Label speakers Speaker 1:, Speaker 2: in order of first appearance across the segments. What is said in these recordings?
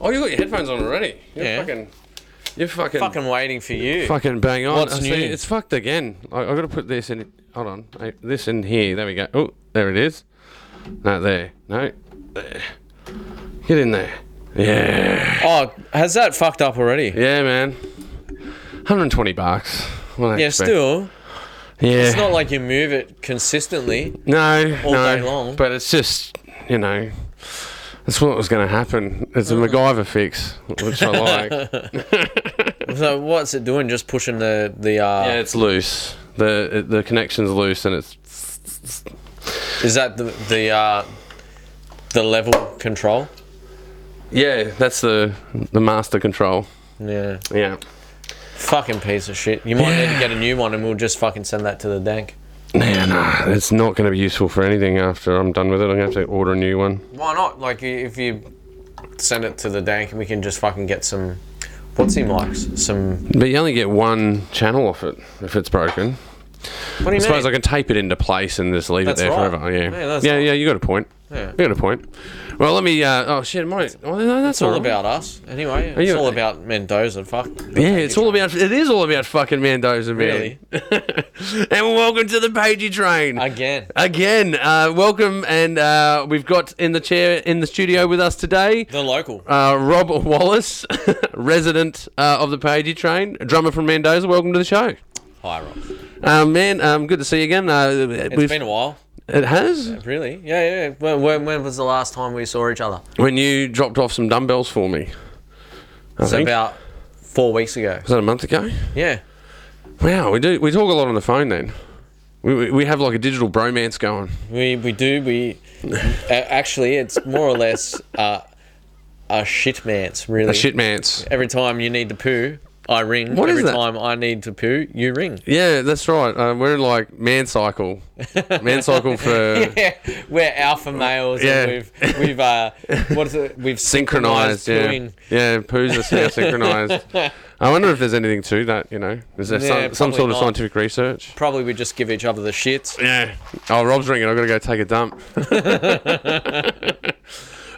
Speaker 1: Oh, you got your headphones on already. You're
Speaker 2: Yeah.
Speaker 1: fucking. You're fucking.
Speaker 2: Fucking waiting for you.
Speaker 1: fucking bang on.
Speaker 2: What's
Speaker 1: I
Speaker 2: new?
Speaker 1: See, it's fucked again. I, I got to put this in. Hold on. I- this in here. There we go. Oh, there it is. No, there. No, there. Get in there. Yeah.
Speaker 2: Oh, has that fucked up already? Yeah,
Speaker 1: Yeah, man. 120 bucks. What do I expect?
Speaker 2: still.
Speaker 1: Yeah.
Speaker 2: It's not like you move it consistently.
Speaker 1: No,
Speaker 2: all
Speaker 1: no.
Speaker 2: day long.
Speaker 1: But it's just, you know, that's what was going to happen. It's a MacGyver fix, which I like.
Speaker 2: So what's it doing? Just pushing the the. Uh,
Speaker 1: yeah, it's loose. The the connection's loose and it's
Speaker 2: Is that the the uh, the level control?
Speaker 1: yeah, that's the the master control.
Speaker 2: Yeah.
Speaker 1: Yeah.
Speaker 2: Fucking piece of shit. You might need to get a new one, and we'll just fucking send that to the dank.
Speaker 1: Yeah, no, uh, it's not going to be useful for anything after I'm done with it. I'm going to have to order a new one.
Speaker 2: Why not? Like, you- if you send it to the dank, we can just fucking get some. What's he likes? Some.
Speaker 1: But you only get one channel off it if it's broken.
Speaker 2: What do you
Speaker 1: I suppose I
Speaker 2: mean?
Speaker 1: can tape it into place and just leave
Speaker 2: That's
Speaker 1: it there
Speaker 2: right.
Speaker 1: forever. Yeah,
Speaker 2: Yeah, that's
Speaker 1: yeah,
Speaker 2: right.
Speaker 1: yeah, you got a point.
Speaker 2: Yeah.
Speaker 1: You got a point. Well, let me. Uh, oh shit, my. Oh, no, that's
Speaker 2: It's all
Speaker 1: alright.
Speaker 2: about us, anyway.
Speaker 1: you-
Speaker 2: It's all about Mendoza. Fuck.
Speaker 1: Yeah, it's all about. It is all about fucking Mendoza, man.
Speaker 2: Really?
Speaker 1: and welcome to the Pagey train
Speaker 2: Again.
Speaker 1: again. Uh, welcome, and uh, we've got in the chair in the studio with us today.
Speaker 2: The local.
Speaker 1: Uh, Rob Wallace, resident uh, of the Pagey train, a drummer from Mendoza. Welcome to the show,
Speaker 2: Hi, Rob. It's
Speaker 1: uh, man. Um, good to see you again. Uh, we've-
Speaker 2: been a while,
Speaker 1: it has.
Speaker 2: really. Yeah, yeah. When, when, when was the last time we saw each other?
Speaker 1: When you dropped off some dumbbells for me, I
Speaker 2: It's
Speaker 1: think.
Speaker 2: about four weeks ago.
Speaker 1: was that a month ago?
Speaker 2: Yeah.
Speaker 1: Wow, we do. We talk a lot on the phone then. We, we, we have like a digital bromance going.
Speaker 2: We we do we a- actually it's more or less uh, a shit man's really.
Speaker 1: A shitmance.
Speaker 2: Every time you need to poo, I ring.
Speaker 1: What is
Speaker 2: Every
Speaker 1: that?
Speaker 2: time I need to poo, you ring.
Speaker 1: Yeah, that's right. Uh, we're in like man cycle, man cycle for
Speaker 2: Yeah, we're alpha males.
Speaker 1: Yeah.
Speaker 2: and we've we've uh, what is it? We've
Speaker 1: synchronized. Yeah,
Speaker 2: pooing.
Speaker 1: yeah, poos are now synchronized. I wonder if there's anything to that. You know, is there
Speaker 2: Yeah,
Speaker 1: some, some
Speaker 2: probably
Speaker 1: sort of
Speaker 2: not.
Speaker 1: scientific research?
Speaker 2: Probably we just give each other the shits.
Speaker 1: Yeah. Oh, Rob's ringing. I've got to go take a dump.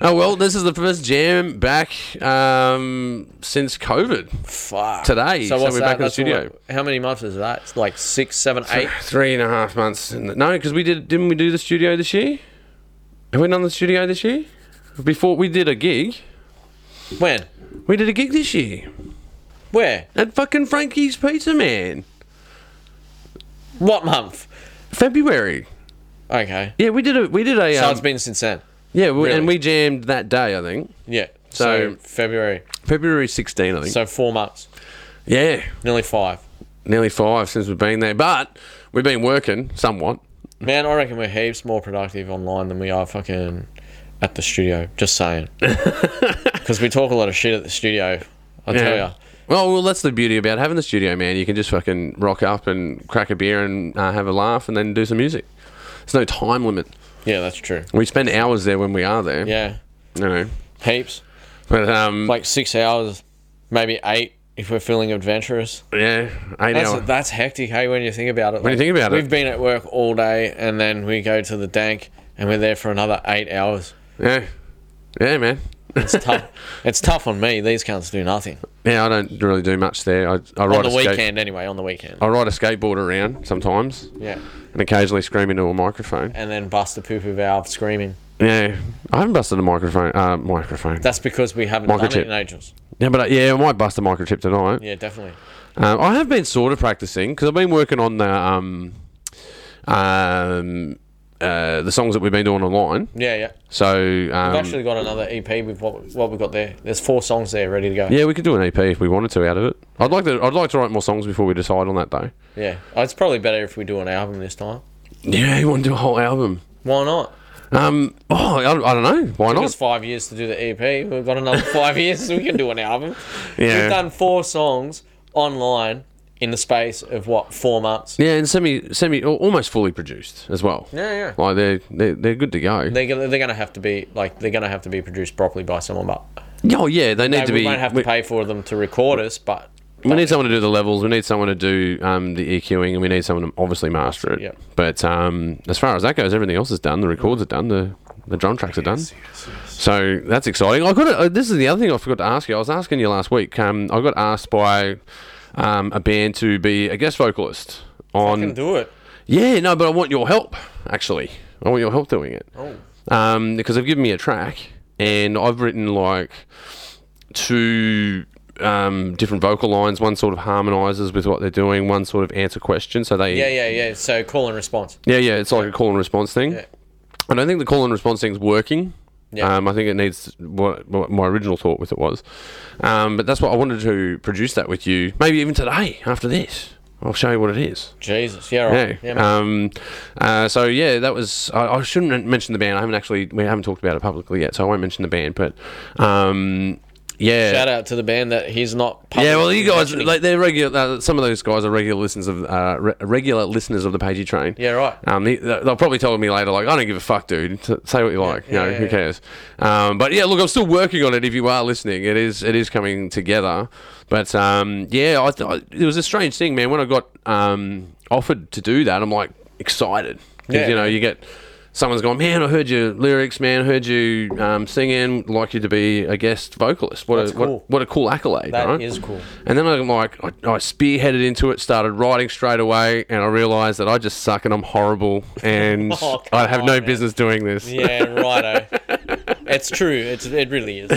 Speaker 1: oh well, this is the first jam back um, since COVID.
Speaker 2: Fuck.
Speaker 1: Today, so
Speaker 2: what's
Speaker 1: we're back in the
Speaker 2: That's all-
Speaker 1: studio.
Speaker 2: how many months is that? It's like six, seven, eight.
Speaker 1: Three and a half months. In the, no, because we did. Didn't we do the studio this year? Have we done the studio this year? Before we did a gig.
Speaker 2: When?
Speaker 1: We did a gig this year
Speaker 2: Where?
Speaker 1: at fucking Frankie's Pizza Man.
Speaker 2: What month?
Speaker 1: February.
Speaker 2: Okay.
Speaker 1: Yeah, we did a we did a
Speaker 2: So
Speaker 1: um,
Speaker 2: it's been since then.
Speaker 1: yeah, we,
Speaker 2: really?
Speaker 1: and we jammed that day. I think
Speaker 2: Yeah.
Speaker 1: So-
Speaker 2: so February.
Speaker 1: February 16. I think.
Speaker 2: So four months,
Speaker 1: yeah,
Speaker 2: nearly five.
Speaker 1: nearly five since we've been there, but we've been working somewhat.
Speaker 2: Man, I reckon we're heaps more productive online than we are fucking at the studio. Just saying, because we talk a lot of shit at the studio. I tell ya.
Speaker 1: Well, well, that's the beauty about having the studio, man. You can just fucking rock up and crack a beer and uh, have a laugh and then do some music. There's no time limit.
Speaker 2: Yeah, that's true.
Speaker 1: We spend hours there when we are there.
Speaker 2: Yeah,
Speaker 1: You know.
Speaker 2: heaps.
Speaker 1: But um,
Speaker 2: Like six hours, maybe eight if we're feeling adventurous.
Speaker 1: yeah, eight
Speaker 2: That's
Speaker 1: hours.
Speaker 2: that's hectic. Hey, when you think about it.
Speaker 1: When you think about it.
Speaker 2: we've been at work all day and then we go to the dank and we're there for another eight hours.
Speaker 1: yeah, yeah, man.
Speaker 2: It's tough. it's tough on me. These cunts do nothing
Speaker 1: Yeah, I don't really do much there. I, I
Speaker 2: on
Speaker 1: ride
Speaker 2: the
Speaker 1: a skate- Oh.
Speaker 2: weekend anyway. On the weekend.
Speaker 1: I ride a skateboard around sometimes,
Speaker 2: Yeah.
Speaker 1: and occasionally scream into a microphone.
Speaker 2: and then bust a poo poo valve screaming.
Speaker 1: Yeah, I haven't busted a microphone. Uh, microphone.
Speaker 2: That's because we haven't
Speaker 1: Microchip.
Speaker 2: done it in ages.
Speaker 1: yeah, but uh, yeah, I might bust a microchip tonight.
Speaker 2: Yeah, definitely.
Speaker 1: Um, I have been sort of practicing because I've been working on the um, um, uh, the songs that we've been doing online.
Speaker 2: Yeah, yeah.
Speaker 1: So
Speaker 2: We've
Speaker 1: um,
Speaker 2: actually got another EP with what what we've got there. There's four songs there ready to go.
Speaker 1: yeah, we could do an EP if we wanted to out of it. I'd like to. I'd like to write more songs before we decide on that though.
Speaker 2: Yeah. Oh, it's probably better if we do an album this time.
Speaker 1: Yeah, you want to do a whole album?
Speaker 2: Why not?
Speaker 1: Um, oh, I, I don't know. Why
Speaker 2: It
Speaker 1: not?
Speaker 2: was five years to do the EP. We've got another five years, so we can do an album.
Speaker 1: Yeah.
Speaker 2: We've done four songs online in the space of what four months.
Speaker 1: Yeah, and semi, semi, al- almost fully produced as well.
Speaker 2: Yeah, yeah.
Speaker 1: Like they're they're, they're good to go.
Speaker 2: They're gonna, they're gonna have to be like they're gonna have to be produced properly by someone, but
Speaker 1: oh yeah, they need to
Speaker 2: we
Speaker 1: be.
Speaker 2: won't have
Speaker 1: we,
Speaker 2: to pay for them to record us. But
Speaker 1: we need someone to do the levels. We need someone to do um, the EQing, and we need someone to obviously master it.
Speaker 2: Yep.
Speaker 1: But um, as far as that goes, everything else is done. The records are done. The The drum tracks are done. So that's exciting. I got a, uh, this is the other thing I forgot to ask you. I was asking you last week. Um, I got asked by um, a band to be a guest vocalist
Speaker 2: I can
Speaker 1: on.
Speaker 2: do it.
Speaker 1: Yeah, no, but I want your help. Actually, I want your help doing it
Speaker 2: Oh.
Speaker 1: um, because they've given me a track and I've written like two um, different vocal lines. One sort of harmonizes with what they're doing. One sort of answer questions. So they
Speaker 2: Yeah, yeah, yeah. So call and response.
Speaker 1: yeah, yeah, It's like a call and response thing.
Speaker 2: Yeah.
Speaker 1: I don't think the call and response thing's working.
Speaker 2: Yeah.
Speaker 1: Um, I think it needs what, what my original thought with it was. Um, but that's what I wanted to produce that with you. Maybe even today after this, I'll show you what it is.
Speaker 2: Jesus. Yeah, right.
Speaker 1: Yeah.
Speaker 2: Yeah, man.
Speaker 1: um, uh, so yeah, that was. I, I shouldn't men- mention the band. I haven't actually. We haven't talked about it publicly yet, so I won't mention the band. But um, yeah.
Speaker 2: Shout out to the band that he's not.
Speaker 1: yeah, well, you guys,
Speaker 2: mentioning.
Speaker 1: like they're regular. Uh, some of those guys are regular listeners of uh, re- regular listeners of the Pagey Train.
Speaker 2: yeah, right.
Speaker 1: Um, they, they'll probably tell me later, like, I don't give a fuck, dude. S- Say what you like. you
Speaker 2: yeah,
Speaker 1: know,
Speaker 2: yeah,
Speaker 1: who
Speaker 2: yeah.
Speaker 1: cares? Um, but yeah, look, I'm still working on it. If you are listening, it is it is coming together. But um, yeah, I, th- I, it was a strange thing, man. When I got um, offered to do that, I'm like excited 'Cause,
Speaker 2: Yeah.
Speaker 1: you know you get. Someone's gone, man. I heard your lyrics, man. Heard you um, singing. Like you to be a guest vocalist. What
Speaker 2: That's
Speaker 1: a what,
Speaker 2: cool.
Speaker 1: what a cool accolade.
Speaker 2: That
Speaker 1: right?
Speaker 2: is cool.
Speaker 1: And then I'm like, I, I spearheaded into it, started writing straight away, and I realised that I just suck and I'm horrible, and
Speaker 2: Oh, come
Speaker 1: I have no
Speaker 2: on, man.
Speaker 1: business doing this.
Speaker 2: Yeah, righto. it's true. It's it really is.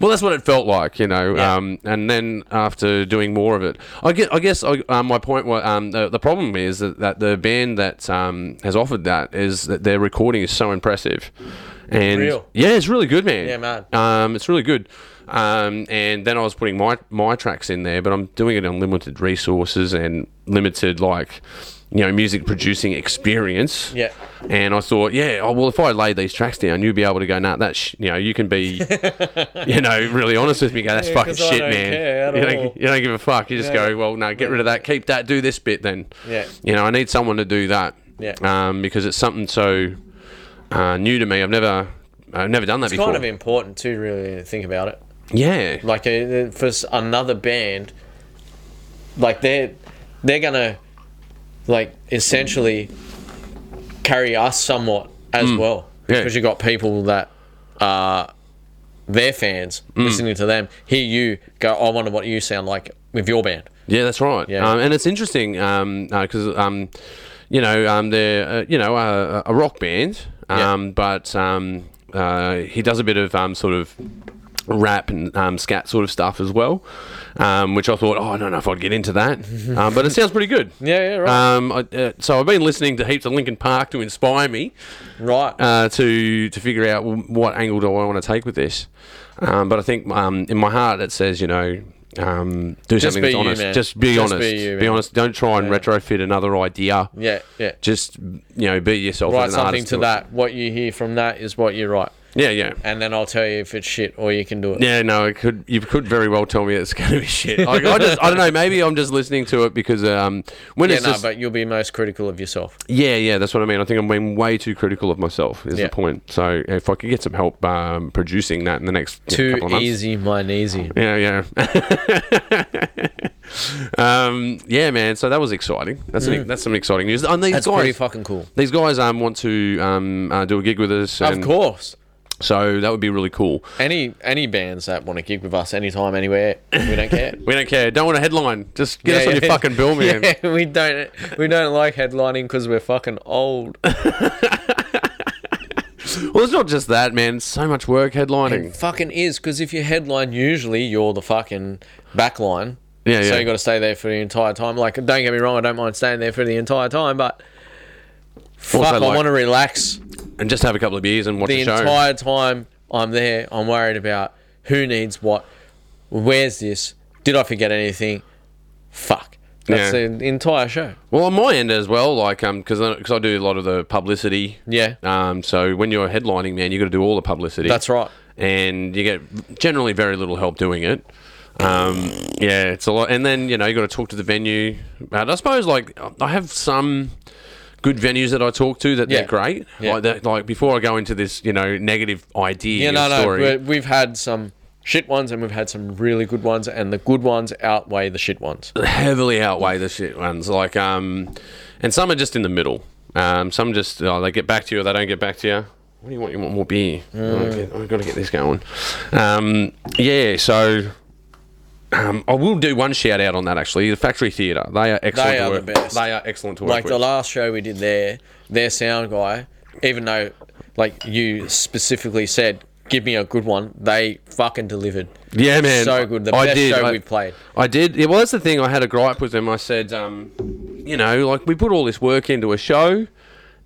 Speaker 1: Well, that's what it felt like, you know.
Speaker 2: Yeah.
Speaker 1: Um, and then after doing more of it, I get, I guess, I, um, my point was, um, the, the problem is that, that the band that um, has offered that is that their recording is so impressive, and
Speaker 2: Real.
Speaker 1: yeah, it's really good, man.
Speaker 2: Yeah, man.
Speaker 1: Um, it's really good. Um, and then I was putting my my tracks in there, but I'm doing it on limited resources and limited like, you know, music producing experience.
Speaker 2: Yeah.
Speaker 1: And I thought, yeah, oh, well, if I laid these tracks down, you'd be able to go, nah, that sh-, you know, you can be, you know, really honest with me, go, that's
Speaker 2: Yeah,
Speaker 1: fucking
Speaker 2: 'cause I
Speaker 1: shit,
Speaker 2: don't
Speaker 1: man.
Speaker 2: care at
Speaker 1: you,
Speaker 2: all.
Speaker 1: don't, you don't give a fuck. You just
Speaker 2: Yeah.
Speaker 1: go, well, no, get rid of that, keep that, do this bit then.
Speaker 2: Yeah.
Speaker 1: You know, I need someone to do that.
Speaker 2: Yeah.
Speaker 1: Um, because it's something so uh, new to me. I've never, I've never done that
Speaker 2: It's
Speaker 1: before.
Speaker 2: kind of important too, really, to think about it.
Speaker 1: yeah.
Speaker 2: Like uh, for s- another band, like they're they're gonna like essentially carry us somewhat as well
Speaker 1: Mm. Yeah.
Speaker 2: because you got people that are their fans
Speaker 1: Mm.
Speaker 2: listening to them hear you go. I wonder what you sound like with your band.
Speaker 1: Yeah, that's right.
Speaker 2: Yeah.
Speaker 1: Um, and it's interesting because, um, uh 'cause um, you know, um, they're, uh, you know, a, a rock band,
Speaker 2: Yeah.
Speaker 1: um, but um, uh, he does a bit of um, sort of rap and um, scat sort of stuff as well, um, which I thought, oh, I don't know if I'd get into that. um, but it sounds pretty good.
Speaker 2: Yeah, yeah, right,
Speaker 1: Um, I, uh, so I've been listening to heaps of Linkin Park to inspire me
Speaker 2: right.
Speaker 1: uh, to to figure out well, what angle do I want to take with this. Um, but I think um, in my heart it says, you know, um, do something
Speaker 2: be
Speaker 1: that's
Speaker 2: you,
Speaker 1: honest.
Speaker 2: man.
Speaker 1: Just be
Speaker 2: Just
Speaker 1: honest.
Speaker 2: be you,
Speaker 1: be
Speaker 2: man.
Speaker 1: honest. Don't try and retrofit another idea.
Speaker 2: yeah, yeah.
Speaker 1: Just you know, be yourself.
Speaker 2: write
Speaker 1: as an
Speaker 2: something
Speaker 1: artist.
Speaker 2: to that. What you hear from that is what you write,
Speaker 1: Yeah, yeah.
Speaker 2: and then I'll tell you if it's shit or you can do it.
Speaker 1: Yeah, no, it could you could very well tell me it's going to be shit. Like, I just I don't know. Maybe I'm just listening to it because um, when
Speaker 2: Yeah,
Speaker 1: it's
Speaker 2: no,
Speaker 1: just,
Speaker 2: but you'll be most critical of yourself.
Speaker 1: Yeah, yeah, that's what I mean. I think I'm being way too critical of myself. Is
Speaker 2: Yeah.
Speaker 1: the point? So if I could get some help um, producing that in the next yeah,
Speaker 2: Too
Speaker 1: couple of months.
Speaker 2: easy, my easy.
Speaker 1: Yeah, yeah. um, yeah, man. So that was exciting. That's an, that's some exciting news. And these
Speaker 2: Mm. That's pretty
Speaker 1: guys,
Speaker 2: fucking cool.
Speaker 1: these guys um want to um uh, do a gig with us.
Speaker 2: Of
Speaker 1: And
Speaker 2: course.
Speaker 1: So that would be really cool.
Speaker 2: Any any bands that want to gig with us anytime, anywhere, we don't care.
Speaker 1: We don't care. Don't want a headline. Just get
Speaker 2: Yeah,
Speaker 1: us on
Speaker 2: yeah.
Speaker 1: your fucking bill, man.
Speaker 2: Yeah, we don't we don't like headlining because we're fucking old.
Speaker 1: Well, it's not just that, man. It's so much work headlining.
Speaker 2: It fucking is because if you headline, usually you're the fucking backline.
Speaker 1: Yeah,
Speaker 2: So
Speaker 1: yeah.
Speaker 2: you got to stay there for the entire time. Like, don't get me wrong, I don't mind staying there for the entire time, but fuck, I
Speaker 1: like-
Speaker 2: want to relax
Speaker 1: and just have a couple of beers and watch
Speaker 2: the
Speaker 1: the, show.
Speaker 2: entire time I'm there. I'm worried about who needs what, where's this? Did I forget anything? Fuck. That's
Speaker 1: Yeah.
Speaker 2: the entire show.
Speaker 1: Well, on my end as well, like um, because I do a lot of the publicity.
Speaker 2: Yeah.
Speaker 1: Um, so when you're headlining, man, you got to do all the publicity.
Speaker 2: That's right.
Speaker 1: and you get generally very little help doing it. Um, yeah, it's a lot, and then you know you got to talk to the venue. And I suppose like I have some good venues that I talk to that
Speaker 2: Yeah.
Speaker 1: they're great.
Speaker 2: Yeah.
Speaker 1: Like that, like before I go into this, you know, negative idea
Speaker 2: Yeah, no, no.
Speaker 1: story.
Speaker 2: we're- We've had some shit ones and we've had some really good ones, and the good ones outweigh the shit ones.
Speaker 1: heavily outweigh the shit ones. Like, um, and some are just in the middle. Um, some just oh, they get back to you or they don't get back to you. what do you want? You want more beer?
Speaker 2: Mm.
Speaker 1: I've got to get this going. Um, yeah, so um, I will do one shout out on that actually. The Factory Theatre. They are excellent.
Speaker 2: are
Speaker 1: to
Speaker 2: the
Speaker 1: work.
Speaker 2: best.
Speaker 1: They are excellent to work
Speaker 2: like
Speaker 1: with.
Speaker 2: the last show we did there, their sound guy, even though like you specifically said, give me a good one, they fucking delivered.
Speaker 1: Yeah, man.
Speaker 2: So good. The
Speaker 1: I
Speaker 2: best
Speaker 1: did,
Speaker 2: show
Speaker 1: I-
Speaker 2: we've played.
Speaker 1: I did. Yeah, well, that's the thing. I had a gripe with them. I said, um, you know, like we put all this work into a show,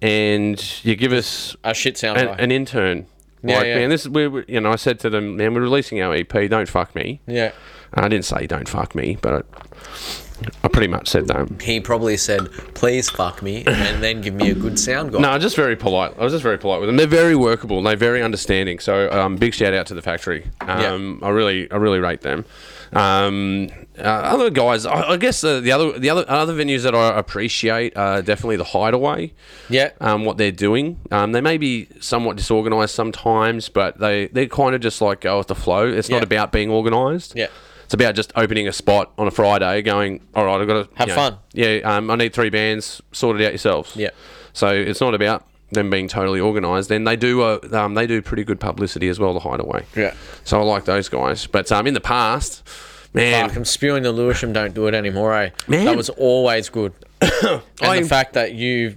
Speaker 1: and you give us
Speaker 2: A shit sound
Speaker 1: an,
Speaker 2: guy.
Speaker 1: an intern.
Speaker 2: Yeah,
Speaker 1: like,
Speaker 2: yeah.
Speaker 1: man, this is we, we- you know, I said to them, man, we're releasing our EP. Don't fuck me.
Speaker 2: yeah.
Speaker 1: I didn't say don't fuck me, but I, I pretty much said that.
Speaker 2: He probably said, please fuck me and then give me a good sound guy.
Speaker 1: No, just very polite. I was just very polite with them. They're very workable. They're very understanding. So um, big shout out to the factory. Um, I really, I really rate them. Um, uh, other guys, I, I guess the, the other, the other, other venues that I appreciate are definitely the Hideaway.
Speaker 2: Yeah.
Speaker 1: Um, what they're doing. Um, they may be somewhat disorganized sometimes, but they they kind of just like go with the flow. It's not
Speaker 2: Yeah.
Speaker 1: about being organized.
Speaker 2: Yeah.
Speaker 1: It's about just opening a spot on a Friday, going, all right, I've got to
Speaker 2: Have fun.
Speaker 1: Yeah, um, I need three bands. Sort it out yourselves.
Speaker 2: Yeah.
Speaker 1: So it's not about them being totally organised. Then they do uh, um, they do pretty good publicity as well. The Hideaway.
Speaker 2: Yeah.
Speaker 1: So I like those guys. But um, in the past, man,
Speaker 2: Fuck, I'm spewing the Lewisham don't do it anymore, eh?
Speaker 1: Man.
Speaker 2: That was always good. and
Speaker 1: I-
Speaker 2: the fact that you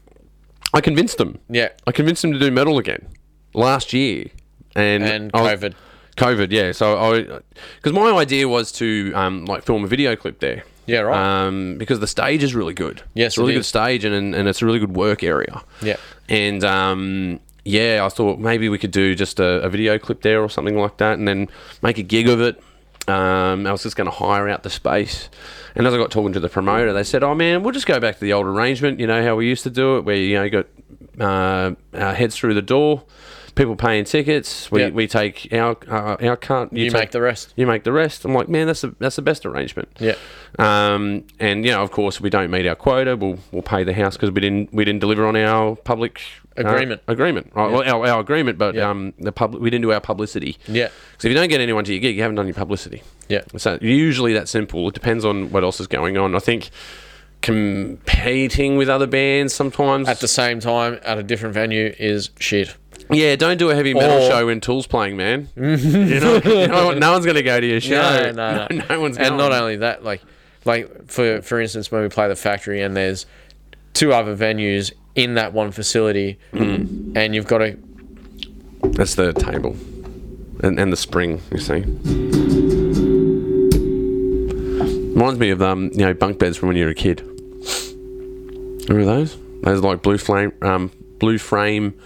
Speaker 1: I convinced them.
Speaker 2: Yeah.
Speaker 1: I convinced them to do metal again last year, and
Speaker 2: And
Speaker 1: I was-
Speaker 2: COVID.
Speaker 1: COVID, yeah. So I, because my idea was to um, like film a video clip there.
Speaker 2: Yeah, right.
Speaker 1: Um, because the stage is really good.
Speaker 2: Yes,
Speaker 1: it's a really
Speaker 2: it
Speaker 1: good
Speaker 2: is.
Speaker 1: stage, and- and and it's a really good work area.
Speaker 2: Yeah.
Speaker 1: And um, yeah, I thought maybe we could do just a, a video clip there or something like that, and then make a gig of it. Um, I was just going to hire out the space, and as I got talking to the promoter, they said, "Oh man, we'll just go back to the old arrangement. You know how we used to do it, where you know you got uh, our heads through the door, people paying tickets. We,
Speaker 2: Yeah.
Speaker 1: we take our uh, our cut.
Speaker 2: You
Speaker 1: take-
Speaker 2: make the rest.
Speaker 1: You make the rest." I'm like, "Man, that's the that's the best arrangement."
Speaker 2: Yeah.
Speaker 1: Um, and you know, of course, if we don't meet our quota, we'll we'll pay the house because we didn't we didn't deliver on our public uh,
Speaker 2: Agreement.
Speaker 1: agreement, right? Well, our, our agreement, but
Speaker 2: Yeah.
Speaker 1: um, the public we didn't do our publicity.
Speaker 2: Yeah.
Speaker 1: Because if you don't get anyone to your gig, you haven't done your publicity.
Speaker 2: Yeah.
Speaker 1: So usually that's simple. It depends on what else is going on. I think competing with other bands sometimes.
Speaker 2: At the same time, at a different venue is shit.
Speaker 1: yeah, don't do a heavy metal
Speaker 2: Or-
Speaker 1: show when Tool's playing, man. you know, you know what? no one's going to go to your show.
Speaker 2: No, no, no.
Speaker 1: no one's.
Speaker 2: and
Speaker 1: going.
Speaker 2: not only that, like, like for for instance, when we play the factory and there's two other venues in that one facility,
Speaker 1: Mm.
Speaker 2: and you've got to
Speaker 1: That's the table. And, and the spring, you see. Reminds me of um, you know, bunk beds from when you were a kid. Remember those? Those like blue flame um, blue frame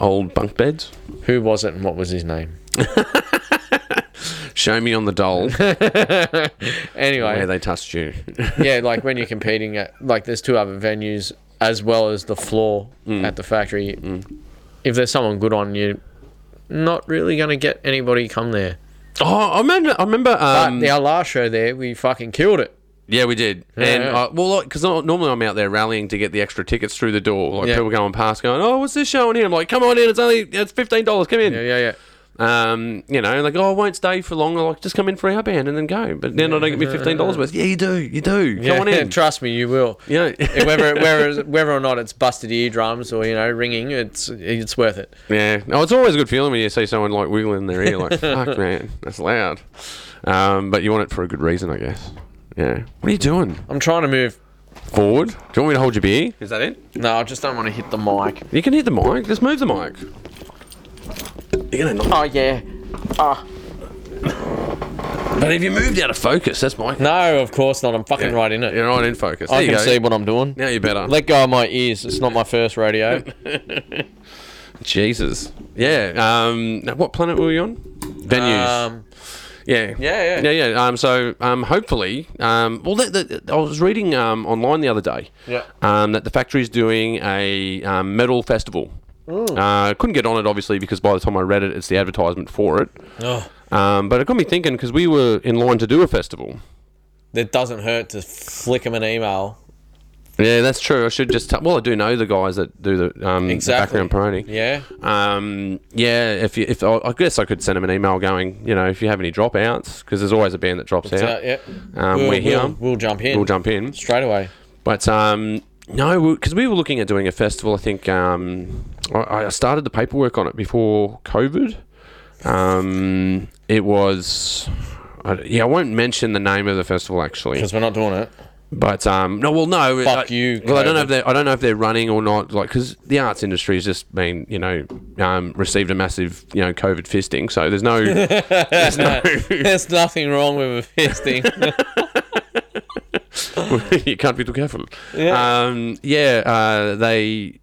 Speaker 1: old bunk beds.
Speaker 2: who was it and what was his name?
Speaker 1: Show me on the doll where
Speaker 2: Anyway,
Speaker 1: they touched you.
Speaker 2: yeah, like when you're competing at like there's two other venues as well as the floor
Speaker 1: Mm.
Speaker 2: at the factory. If there's someone good on you, not really gonna get anybody come there.
Speaker 1: oh, I remember I remember
Speaker 2: But
Speaker 1: um,
Speaker 2: our last show there, we fucking killed it.
Speaker 1: Yeah, we did. and
Speaker 2: yeah.
Speaker 1: I, well, because normally I'm out there rallying to get the extra tickets through the door. Like
Speaker 2: Yeah.
Speaker 1: people going past, going, "Oh, what's this show on here?" I'm like, "Come on in! It's only it's fifteen dollars. Come in."
Speaker 2: Yeah, yeah, yeah.
Speaker 1: Um, you know, like, oh, I won't stay for long. Like, just come in for our band and then go. But then I don't get me fifteen dollars worth. Yeah, you do, you do.
Speaker 2: Yeah,
Speaker 1: Come on in.
Speaker 2: Trust me, you will.
Speaker 1: you know,
Speaker 2: Yeah, whether whether whether or not it's busted eardrums or you know ringing, it's it's worth it.
Speaker 1: yeah. No, it's always a good feeling when you see someone like wiggling their ear, like, fuck, man, that's loud. Um, but you want it for a good reason, I guess. Yeah. What are you doing?
Speaker 2: I'm trying to move.
Speaker 1: Forward? Do you want me to hold your beer? Is that it?
Speaker 2: No, I just don't want to hit the mic.
Speaker 1: You can hit the mic. Just move the mic. You're gonna knock.
Speaker 2: Oh yeah.
Speaker 1: But if you moved out of focus, that's my.
Speaker 2: No, of course not. I'm fucking right in it.
Speaker 1: You're right in focus. There
Speaker 2: I
Speaker 1: you
Speaker 2: can
Speaker 1: go.
Speaker 2: see what I'm doing.
Speaker 1: Now you're better.
Speaker 2: Let go of my ears. It's not my first radio.
Speaker 1: Jesus. Yeah. Um, now what planet were we on? Venues.
Speaker 2: um,
Speaker 1: yeah.
Speaker 2: yeah,
Speaker 1: Yeah,
Speaker 2: yeah.
Speaker 1: yeah. Um, so um, hopefully, um, well, that, that, I was reading um, online the other day
Speaker 2: Yeah.
Speaker 1: um, that the factory is doing a um, metal festival.
Speaker 2: Mm.
Speaker 1: Uh, couldn't get on it obviously because by the time I read it, it's the advertisement for it.
Speaker 2: Oh,
Speaker 1: Um, but it got me thinking because we were in line to do a festival.
Speaker 2: it doesn't hurt to flick him an email.
Speaker 1: Yeah, that's true. I should just. T- well, I do know the guys that do the, um, the
Speaker 2: Exactly.
Speaker 1: background parody.
Speaker 2: Yeah.
Speaker 1: Um, yeah, if you, if I I guess I could send them an email going, you know, if you have any dropouts, because there's always a band that drops out.
Speaker 2: So, uh, yeah.
Speaker 1: Um,
Speaker 2: we'll,
Speaker 1: we're here.
Speaker 2: We'll, we'll jump in.
Speaker 1: We'll jump in.
Speaker 2: straight away.
Speaker 1: But um, no, because we were looking at doing a festival. I think um, I, I started the paperwork on it before COVID. Um, it was, I, yeah, I won't mention the name of the festival actually.
Speaker 2: because we're not doing it.
Speaker 1: But um, no, well, no.
Speaker 2: Fuck
Speaker 1: I-
Speaker 2: you,
Speaker 1: Well, I don't know
Speaker 2: COVID.
Speaker 1: if they I don't know if they're running or not. Like, because the arts industry has just been, you know, um, received a massive, you know, COVID fisting. So there's no, there's no.
Speaker 2: There's nothing wrong with a fisting.
Speaker 1: you can't be too careful.
Speaker 2: Yeah.
Speaker 1: Um, yeah. Uh, they.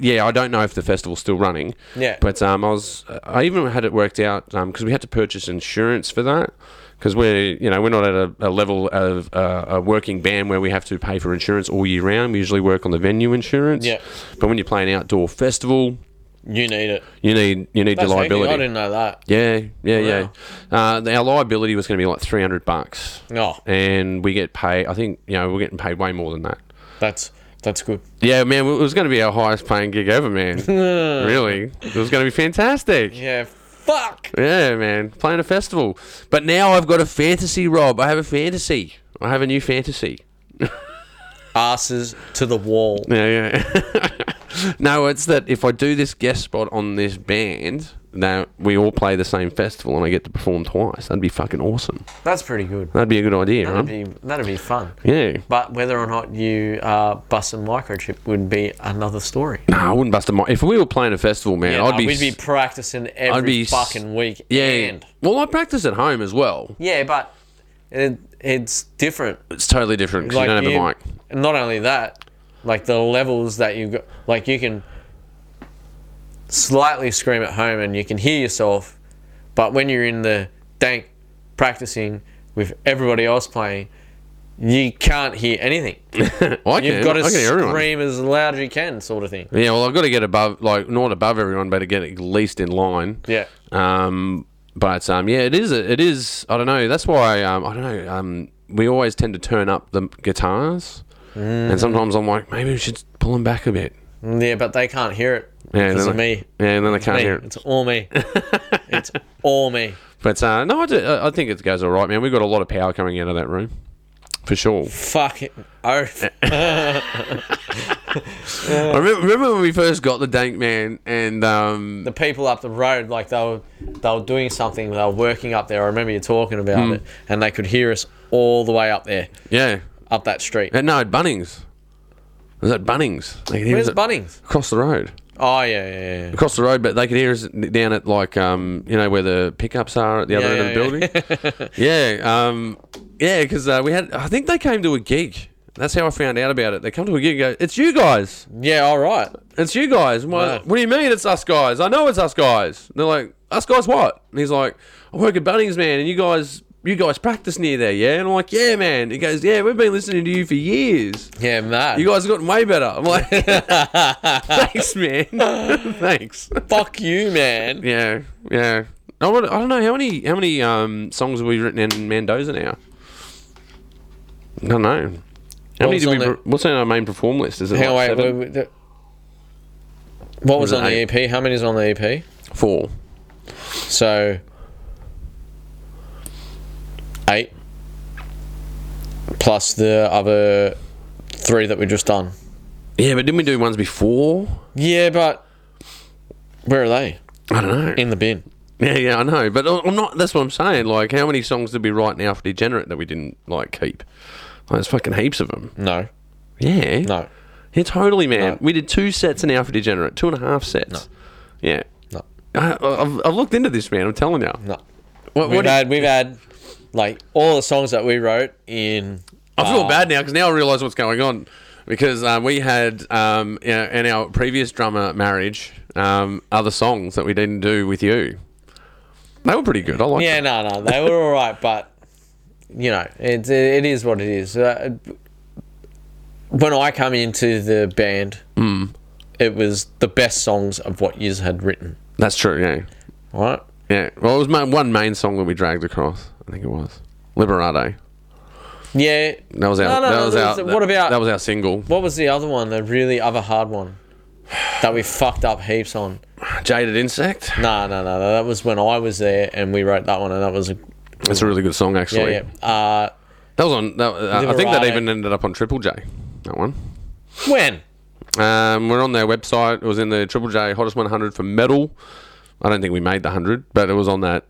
Speaker 1: Yeah, I don't know if the festival's still running.
Speaker 2: Yeah.
Speaker 1: But um, I was. I even had it worked out because we had to purchase insurance for that. Because we're, you know, we're not at a, a level of uh, a working band where we have to pay for insurance all year round. We usually work on the venue insurance.
Speaker 2: Yeah.
Speaker 1: But when you play an outdoor festival,
Speaker 2: you need it.
Speaker 1: you need you need
Speaker 2: That's
Speaker 1: the
Speaker 2: hectic.
Speaker 1: liability.
Speaker 2: I didn't know that.
Speaker 1: Yeah, yeah, yeah. Uh, the- our liability was going to be like three hundred bucks,
Speaker 2: No,
Speaker 1: and we get paid. I think you know we're getting paid way more than that.
Speaker 2: that's that's good.
Speaker 1: Yeah, man, it was going to be our highest paying gig ever, man. Uh. really, it was going to be fantastic.
Speaker 2: Yeah. Fuck.
Speaker 1: Yeah, man, playing a festival. But now I've got a fantasy, Rob. I have a fantasy. I have a new fantasy.
Speaker 2: Asses to the wall.
Speaker 1: Yeah, yeah. no, it's that if I do this guest spot on this band, that we all play the same festival and I get to perform twice. That'd be fucking awesome.
Speaker 2: That's pretty good.
Speaker 1: That'd be a good idea,
Speaker 2: That'd
Speaker 1: right?
Speaker 2: be that'd be fun.
Speaker 1: Yeah.
Speaker 2: But whether or not you uh, bust a microchip would be another story.
Speaker 1: No, I wouldn't bust a mic. If we were playing a festival, man, I'd
Speaker 2: no,
Speaker 1: be.
Speaker 2: we'd be
Speaker 1: s-
Speaker 2: practicing every
Speaker 1: I'd be s-
Speaker 2: fucking week.
Speaker 1: yeah.
Speaker 2: and-
Speaker 1: Well, I practice at home as well.
Speaker 2: yeah, but it, it's different.
Speaker 1: It's totally different because you don't have a mic.
Speaker 2: and Not only that, like the levels that you got, like you can slightly scream at home and you can hear yourself, but when you're in the dank practicing with everybody else playing, you can't hear anything.
Speaker 1: I can.
Speaker 2: You've got
Speaker 1: I
Speaker 2: to
Speaker 1: can hear everyone.
Speaker 2: scream as loud as you can, sort of thing.
Speaker 1: Yeah, well, I've got to get above, like, not above everyone, but to get at least in line.
Speaker 2: Yeah.
Speaker 1: Um, but um, yeah, it is. It is. I don't know. That's why um, I don't know. Um, we always tend to turn up the guitars,
Speaker 2: Mm.
Speaker 1: and sometimes I'm like, maybe we should pull them back a bit.
Speaker 2: Yeah, but they can't hear it
Speaker 1: Yeah,
Speaker 2: because
Speaker 1: then I-
Speaker 2: of me.
Speaker 1: Yeah, and then I can't
Speaker 2: Me.
Speaker 1: hear it.
Speaker 2: It's all me. it's all me.
Speaker 1: But uh, no, I, do, I I think it goes all right, man. We've got a lot of power coming out of that room, for sure.
Speaker 2: Fuck it. Oh,
Speaker 1: I remember, remember when we first got the dank man, and um,
Speaker 2: the people up the road, like they were, they were doing something. They were working up there. I remember you talking about
Speaker 1: Hmm.
Speaker 2: it, and they could hear us all the way up there,
Speaker 1: yeah,
Speaker 2: up that street.
Speaker 1: and no, at Bunnings. It was at Bunnings. They could hear
Speaker 2: Where's
Speaker 1: us at-
Speaker 2: Bunnings?
Speaker 1: across the road.
Speaker 2: Oh yeah, yeah, yeah.
Speaker 1: across the road, but they could hear us down at like um, you know where the pickups are at the other
Speaker 2: Yeah,
Speaker 1: end of the building. yeah, um, yeah, because uh, we had. I think they came to a gig. That's how I found out about it. They come to a gig and go, "It's you guys,
Speaker 2: Yeah, all right.
Speaker 1: it's you guys." I'm like,
Speaker 2: Wow.
Speaker 1: What do you mean it's us guys? I know it's us guys. And they're like, "Us guys what?" And he's like, "I work at Bunnings, man, and you guys." You guys practice near there, yeah? And I'm like, yeah, man. He goes, yeah, we've been listening to you for years.
Speaker 2: Yeah, man.
Speaker 1: You guys have gotten way better. I'm like, thanks, man. thanks.
Speaker 2: fuck you, man.
Speaker 1: Yeah, yeah. I, would, I don't know how many how many um, songs have we written in Mendoza now. I don't know. How
Speaker 2: What
Speaker 1: many
Speaker 2: was
Speaker 1: did we?
Speaker 2: on
Speaker 1: per- what's on our main perform list? Is it
Speaker 2: Hang on,
Speaker 1: like
Speaker 2: wait,
Speaker 1: seven?
Speaker 2: wait, wait. What was,
Speaker 1: Was it
Speaker 2: on
Speaker 1: eight?
Speaker 2: the EP? How many's on the E EP?
Speaker 1: four?
Speaker 2: So eight plus the other three that we just done.
Speaker 1: Yeah, but didn't we do ones before?
Speaker 2: Yeah, but where are they?
Speaker 1: I don't know.
Speaker 2: In the bin.
Speaker 1: yeah, yeah, I know. But I- I'm not. That's what I'm saying. Like, how many songs did we write now for Degenerate that we didn't like keep? Like, there's fucking heaps of them.
Speaker 2: No,
Speaker 1: Yeah.
Speaker 2: no,
Speaker 1: Yeah, totally, man.
Speaker 2: No.
Speaker 1: We did two sets an hour for Degenerate, two and a half sets. Yeah.
Speaker 2: no,
Speaker 1: I, I've, I've looked into this, man. I'm telling you.
Speaker 2: no.
Speaker 1: What,
Speaker 2: We've
Speaker 1: do you-
Speaker 2: had we've had like all the songs that we wrote in.
Speaker 1: I
Speaker 2: Uh,
Speaker 1: feel bad now because now I realise what's going on. Because uh, we had um, in our- in our previous drummer marriage um, other songs that we didn't do with you. They were pretty good. I like.
Speaker 2: Yeah,
Speaker 1: Them.
Speaker 2: no, no, they were all right, but you know, it it is what it is. Uh, when I come into the band, it was the best songs of what you had written.
Speaker 1: That's true. Yeah.
Speaker 2: Right?
Speaker 1: Yeah. Well, it was ma- one main song that we dragged across. I think it was Liberato.
Speaker 2: Yeah.
Speaker 1: That was
Speaker 2: No,
Speaker 1: our.
Speaker 2: no,
Speaker 1: that
Speaker 2: no,
Speaker 1: was
Speaker 2: that
Speaker 1: our.
Speaker 2: was-
Speaker 1: that-
Speaker 2: what about-
Speaker 1: That was our single.
Speaker 2: What was the other one? The really other hard one that we fucked up heaps on.
Speaker 1: Jaded Insect.
Speaker 2: No, no, no, no. That was when I was there and we wrote that one, and that was a
Speaker 1: That's a really good song,
Speaker 2: yeah,
Speaker 1: actually.
Speaker 2: yeah. Uh,
Speaker 1: That was on. That, uh, I think that
Speaker 2: Liberato.
Speaker 1: even ended up on Triple J. That one.
Speaker 2: when
Speaker 1: Um, we're on their website. It was in the Triple J Hottest 100 for metal. I don't think we made the 100, but it was on that.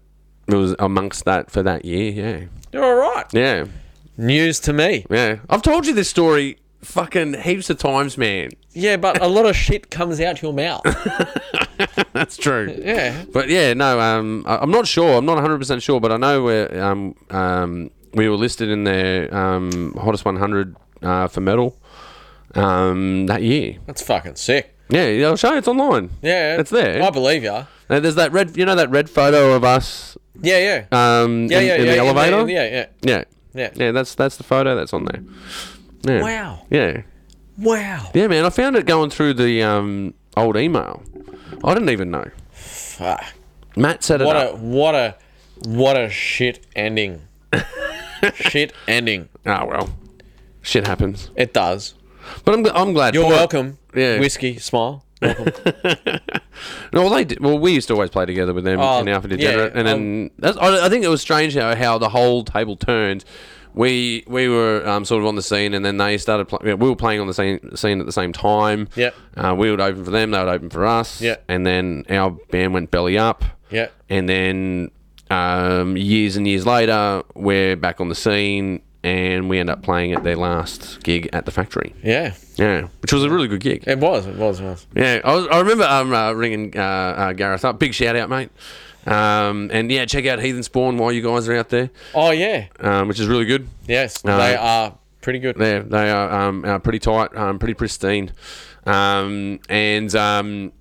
Speaker 1: It was amongst that for that year. Yeah.
Speaker 2: You're all right.
Speaker 1: Yeah.
Speaker 2: News to me.
Speaker 1: Yeah. I've told you this story fucking heaps of times, man.
Speaker 2: Yeah, but a lot of shit comes out your mouth.
Speaker 1: That's true.
Speaker 2: Yeah.
Speaker 1: But yeah, no, um, I, I'm not sure. I'm not 100% sure, but I know we're, um, um, we were listed in their um, Hottest 100 uh, for metal um, that year.
Speaker 2: That's fucking sick.
Speaker 1: Yeah, yeah, I'll show you. It's online.
Speaker 2: Yeah.
Speaker 1: It's there.
Speaker 2: I believe ya.
Speaker 1: Now, there's that red, you know, that red photo of us
Speaker 2: Yeah, yeah.
Speaker 1: um,
Speaker 2: yeah,
Speaker 1: in,
Speaker 2: yeah,
Speaker 1: in
Speaker 2: yeah,
Speaker 1: the elevator.
Speaker 2: yeah, yeah,
Speaker 1: yeah.
Speaker 2: yeah.
Speaker 1: yeah, that's that's the photo that's on there. Yeah.
Speaker 2: Wow.
Speaker 1: Yeah,
Speaker 2: Wow.
Speaker 1: yeah, man. I found it going through the um, old email. I didn't even know.
Speaker 2: Fuck.
Speaker 1: Matt set it
Speaker 2: What
Speaker 1: up.
Speaker 2: a what a what a shit ending. shit ending.
Speaker 1: oh well, shit happens.
Speaker 2: It does.
Speaker 1: But I'm gl- I'm glad.
Speaker 2: You're
Speaker 1: for it.
Speaker 2: welcome.
Speaker 1: Yeah.
Speaker 2: Whiskey, smile. Welcome.
Speaker 1: No, well, they did, well, we used to always play together with them
Speaker 2: Oh,
Speaker 1: in Alpha
Speaker 2: yeah, um,
Speaker 1: Degenerate, and then that's, I, I think it was strange how, how the whole table turned. We we were um, sort of on the scene, and then they started. Pl- we were playing on the same scene at the same time.
Speaker 2: Yeah.
Speaker 1: uh, we would open for them; they would open for us.
Speaker 2: Yeah.
Speaker 1: and then our band went belly up.
Speaker 2: Yeah.
Speaker 1: and then um, years and years later, we're back on the scene, and we end up playing at their last gig at the factory.
Speaker 2: Yeah.
Speaker 1: Yeah, which was a really good gig.
Speaker 2: It was. It was. It was.
Speaker 1: Yeah, I, was, I remember um, uh, ringing uh, uh, Gareth up. Big shout out, mate. Um, and yeah, check out Heathen Spawn while you guys are out there,
Speaker 2: Oh yeah.
Speaker 1: um, which is really good.
Speaker 2: Yes.
Speaker 1: No.
Speaker 2: They are pretty good.
Speaker 1: They're, they are um, uh, pretty tight, um, pretty pristine. Um, and um,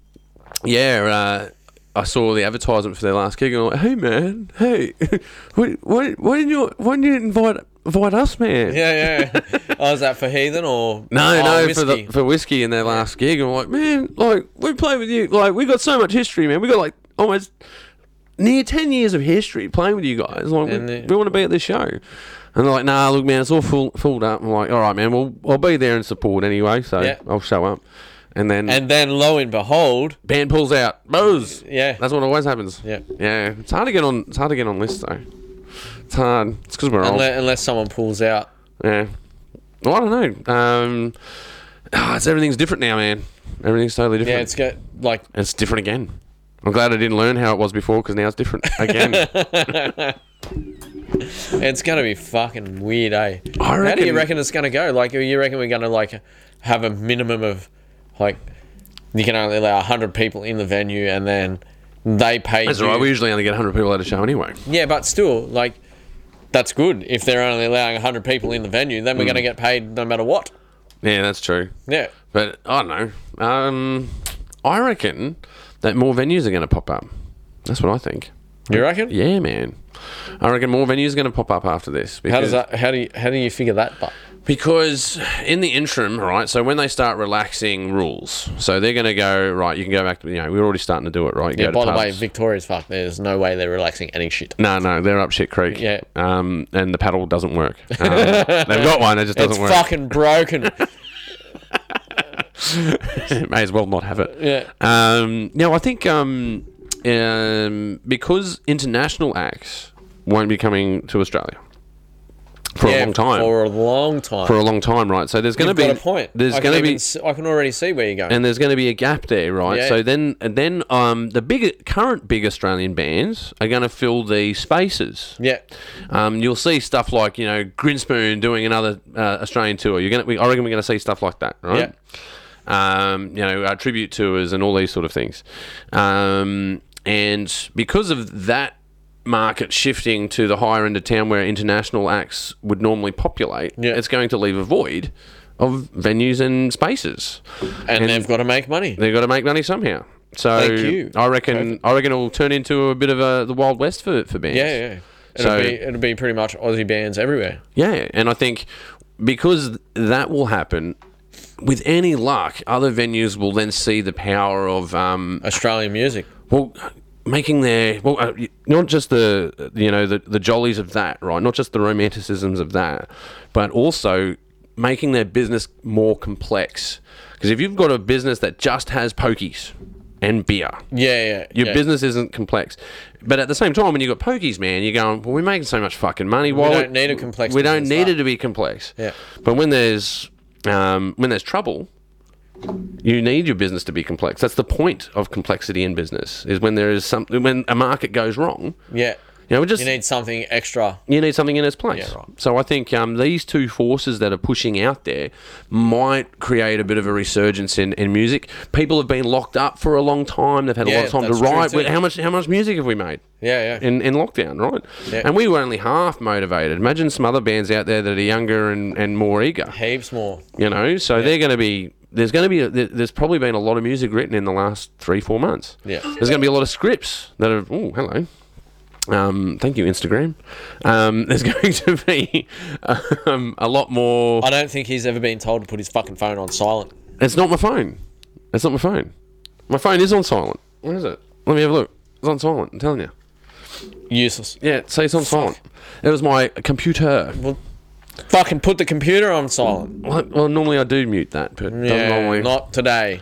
Speaker 1: yeah, uh, I saw the advertisement for their last gig, and I'm like, hey, man, hey, why, why, why, didn't you, why didn't you invite, invite us, man?
Speaker 2: Yeah, yeah. oh, is that for heathen or
Speaker 1: No,
Speaker 2: oh,
Speaker 1: no, for the
Speaker 2: whiskey?
Speaker 1: for whiskey in their last gig, I'm like, man, like we played with you, like we got so much history, man. We got like almost near ten years of history playing with you guys. Like we,
Speaker 2: And the-
Speaker 1: we want to be at this show, and they're like, nah, look, man, it's all full, filled up. I'm like, all right, man, well, I'll be there in support anyway, so
Speaker 2: Yeah.
Speaker 1: I'll show up. And then
Speaker 2: and then lo and behold,
Speaker 1: band pulls out, booze.
Speaker 2: yeah,
Speaker 1: That's what always happens.
Speaker 2: Yeah.
Speaker 1: yeah. It's hard to get on. It's hard to get on lists though. It's hard. It's because we're old.
Speaker 2: unless, unless someone pulls out.
Speaker 1: Yeah. Well, I don't know. Um, ah, it's everything's different now, man. Everything's totally
Speaker 2: Yeah,
Speaker 1: different.
Speaker 2: it's got like
Speaker 1: it's different again. I'm glad I didn't learn how it was before because now it's different again.
Speaker 2: it's gonna be fucking weird, eh?
Speaker 1: I
Speaker 2: How do you
Speaker 1: reckon-
Speaker 2: reckon it's gonna go? Like, you reckon we're gonna like have a minimum of like you can only allow hundred people in the venue, and then they pay.
Speaker 1: That's
Speaker 2: you.
Speaker 1: all right. We usually only get 100 people at a show anyway.
Speaker 2: Yeah, but still, like, that's good. If they're only allowing hundred people in the venue, then
Speaker 1: Mm.
Speaker 2: we're gonna get paid no matter what.
Speaker 1: Yeah, that's true.
Speaker 2: Yeah.
Speaker 1: But I don't know. Um, I reckon that more venues are going to pop up. That's what I think.
Speaker 2: You reckon?
Speaker 1: Mm. Yeah, man. I reckon more venues are going to pop up after this.
Speaker 2: How
Speaker 1: because-
Speaker 2: does that? How do you? How do you figure that? But
Speaker 1: Because in the interim, right, so when they start relaxing rules, so they're going to go, right, you can go back to, you know, we're already starting to do it, right? You
Speaker 2: yeah,
Speaker 1: go to
Speaker 2: by the way,
Speaker 1: pubs.
Speaker 2: Victoria's fucked. There's no way they're relaxing any shit.
Speaker 1: no, no, they're up shit creek.
Speaker 2: Yeah.
Speaker 1: Um, and the paddle doesn't work. Um, they've got one, it just doesn't
Speaker 2: It's
Speaker 1: work.
Speaker 2: fucking broken.
Speaker 1: May as well not have it.
Speaker 2: yeah.
Speaker 1: Um, now, I think um, um, because international acts won't be coming to Australia for a
Speaker 2: yeah,
Speaker 1: long time. For-
Speaker 2: For a long time.
Speaker 1: a long time, right? So there's going to
Speaker 2: You've
Speaker 1: be
Speaker 2: got a point.
Speaker 1: There's
Speaker 2: I can
Speaker 1: going to be
Speaker 2: even s- I can already see where you're going.
Speaker 1: and there's going to be a gap there, right?
Speaker 2: Yeah.
Speaker 1: So then, and then um, the big current big Australian bands are going to fill the spaces.
Speaker 2: yeah.
Speaker 1: Um, you'll see stuff like you know Grinspoon doing another uh, Australian tour. You're gonna, we, I reckon, we're gonna see stuff like that, right? Um, you know, uh, tribute tours and all these sort of things. Um, and because of that market shifting to the higher end of town where international acts would normally populate,
Speaker 2: Yeah.
Speaker 1: it's going to leave a void of venues and spaces.
Speaker 2: And, they've got to make money.
Speaker 1: They've got to make money somehow. So
Speaker 2: Thank you.
Speaker 1: I reckon I reckon it'll turn into a bit of a the wild west for for bands.
Speaker 2: Yeah, yeah. It'll
Speaker 1: So-
Speaker 2: be it'll be pretty much Aussie bands everywhere.
Speaker 1: Yeah, and I think because that will happen, with any luck, other venues will then see the power of um,
Speaker 2: Australian music.
Speaker 1: well, making their well, uh, y- not just the you know the the jollies of that, right? Not just the romanticisms of that, but also making their business more complex. Because if you've got a business that just has pokies and beer,
Speaker 2: Yeah, yeah.
Speaker 1: your
Speaker 2: yeah.
Speaker 1: business isn't complex. But at the same time, when you've got pokies, man, you're going, well, we're making so much fucking money. Why
Speaker 2: don't
Speaker 1: would-
Speaker 2: need a complex
Speaker 1: We don't
Speaker 2: business,
Speaker 1: need
Speaker 2: no.
Speaker 1: it to be complex.
Speaker 2: Yeah.
Speaker 1: But when there's um, when there's trouble, You need your business to be complex. That's the point of complexity in business is when there is something when a market goes wrong.
Speaker 2: Yeah.
Speaker 1: You know, we just
Speaker 2: You need something extra.
Speaker 1: you need something in its place.
Speaker 2: Yeah, right.
Speaker 1: So I think um, these two forces that are pushing out there might create a bit of a resurgence in, in music. People have been locked up for a long time. They've had a
Speaker 2: Yeah,
Speaker 1: lot of time
Speaker 2: that's
Speaker 1: to
Speaker 2: true
Speaker 1: write.
Speaker 2: too.
Speaker 1: How much how much music have we made?
Speaker 2: Yeah, yeah.
Speaker 1: in, in lockdown, right?
Speaker 2: Yeah.
Speaker 1: And we were only half motivated. Imagine some other bands out there that are younger and, and more eager,
Speaker 2: Heaps more.
Speaker 1: you know? So they're going to be, there's going to be, there- there's probably been a lot of music written in the last three, four months.
Speaker 2: Yeah.
Speaker 1: There's going to be a lot of scripts that are, oh, hello. Um, thank you, Instagram. Um, there's going to be um, a lot more.
Speaker 2: I don't think he's ever been told to put his fucking phone on silent.
Speaker 1: It's not my phone. It's not my phone. My phone is on silent. Where is it? Let me have a look. It's on silent. I'm telling you.
Speaker 2: Useless.
Speaker 1: Yeah, so it's on silent. It was my computer.
Speaker 2: Well, fucking put the computer on silent.
Speaker 1: Well, well, normally I do mute that, but
Speaker 2: Yeah,
Speaker 1: don't normally.
Speaker 2: not today.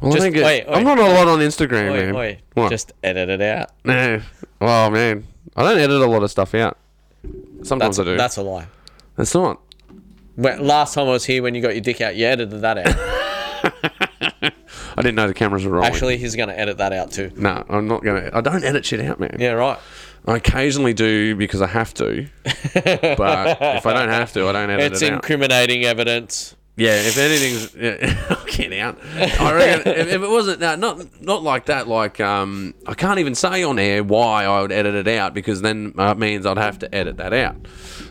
Speaker 1: well,
Speaker 2: just-
Speaker 1: I think it-
Speaker 2: wait, wait.
Speaker 1: I'm not a lot on Instagram,
Speaker 2: Oi,
Speaker 1: man.
Speaker 2: oi.
Speaker 1: What?
Speaker 2: Just edit it out.
Speaker 1: no. Oh man, I don't edit a lot of stuff out. Sometimes
Speaker 2: That's,
Speaker 1: I do.
Speaker 2: that's a lie.
Speaker 1: It's not.
Speaker 2: When, last time I was here, when you got your dick out, you edited that out.
Speaker 1: I didn't know the cameras were rolling.
Speaker 2: Actually, he's going to edit that out too.
Speaker 1: no, I'm not gonna. I don't edit shit out, man.
Speaker 2: Yeah, right.
Speaker 1: I occasionally do because I have to, but if I don't have to, I don't edit
Speaker 2: It's
Speaker 1: it out.
Speaker 2: incriminating evidence.
Speaker 1: Yeah, if anything's yeah, get out. I reckon if, if it wasn't no, not not like that, like um, I can't even say on air why I would edit it out because then uh, it means I'd have to edit that out.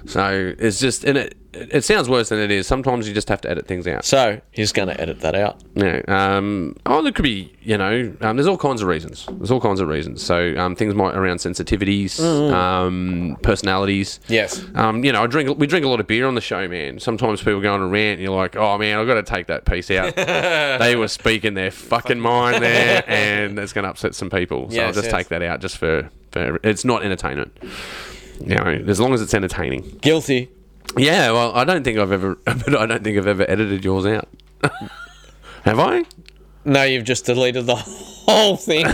Speaker 1: So it's just and it it sounds worse than it is. Sometimes you just have to edit things out.
Speaker 2: So he's going to edit that out.
Speaker 1: Yeah. Um. Oh, there could be you know um, there's all kinds of reasons. There's all kinds of reasons. So um, things might around sensitivities, um, personalities.
Speaker 2: Mm. Yes.
Speaker 1: Um, you know, I drink. We drink a lot of beer on the show, man. Sometimes people go on a rant, and you're like, "Oh man, I've got to take that piece out." they were speaking their fucking mind there, and that's going to upset some people. So I'll
Speaker 2: Yes,
Speaker 1: just
Speaker 2: yes.
Speaker 1: take that out, just for, for it's not entertainment. You know, as long as it's entertaining.
Speaker 2: Guilty.
Speaker 1: Yeah. Well, I don't think I've ever. But I don't think I've ever edited yours out. Have I?
Speaker 2: No, you've just deleted the whole thing.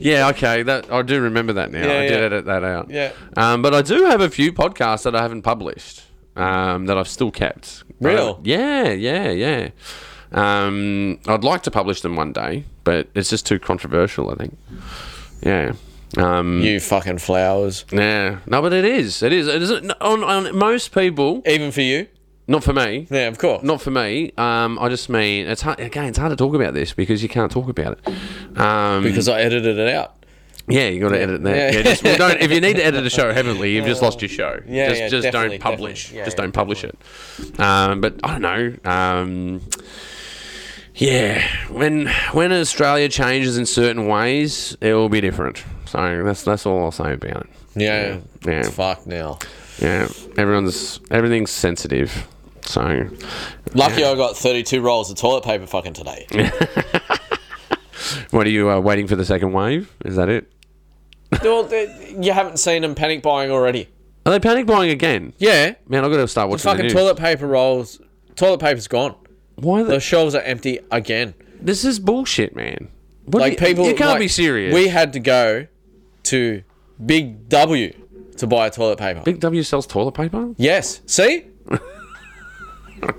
Speaker 1: Yeah. Okay. That I do remember that now. I did
Speaker 2: yeah.
Speaker 1: edit that out.
Speaker 2: Yeah.
Speaker 1: Um, but I do have a few podcasts that I haven't published um, that I've still kept. But I
Speaker 2: Real?
Speaker 1: haven't- Yeah, yeah, yeah. Um, I'd like to publish them one day, but it's just too controversial, I think. Yeah. Um,
Speaker 2: you fucking flowers.
Speaker 1: yeah. No, but it is. It is. It is on, on most people,
Speaker 2: Even for you?
Speaker 1: not for me.
Speaker 2: Yeah, of course.
Speaker 1: Not for me. Um, I just mean it's hard, again. It's hard to talk about this because you can't talk about it. Um,
Speaker 2: Because I edited it out.
Speaker 1: Yeah, you got to edit that. Yeah.
Speaker 2: Yeah.
Speaker 1: just, well, don't, if you need to edit a show heavily, you've just lost your show.
Speaker 2: Yeah,
Speaker 1: just
Speaker 2: yeah,
Speaker 1: just
Speaker 2: definitely,
Speaker 1: don't publish.
Speaker 2: definitely. Yeah,
Speaker 1: just
Speaker 2: yeah,
Speaker 1: don't publish it. Um, but I don't know. Um, yeah, when when Australia changes in certain ways, it will be different. So that's that's all I'll say about it.
Speaker 2: Yeah.
Speaker 1: Yeah.
Speaker 2: It's fucked now.
Speaker 1: Yeah, everyone's everything's sensitive. So
Speaker 2: Lucky I got 32 rolls of toilet paper fucking today.
Speaker 1: what are you uh, waiting for the second wave? Is that it?
Speaker 2: Well, they- you haven't seen them panic buying already.
Speaker 1: Are they panic buying again?
Speaker 2: Yeah.
Speaker 1: Man, I've got to start watching the
Speaker 2: Fucking
Speaker 1: news.
Speaker 2: toilet paper rolls. Toilet paper's gone.
Speaker 1: Why the
Speaker 2: The shelves are empty again.
Speaker 1: This is bullshit, man. What
Speaker 2: Like
Speaker 1: do you-
Speaker 2: people,
Speaker 1: you can't
Speaker 2: like,
Speaker 1: be serious.
Speaker 2: We had to go to Big W to buy toilet paper.
Speaker 1: Big W sells toilet paper.
Speaker 2: yes, see,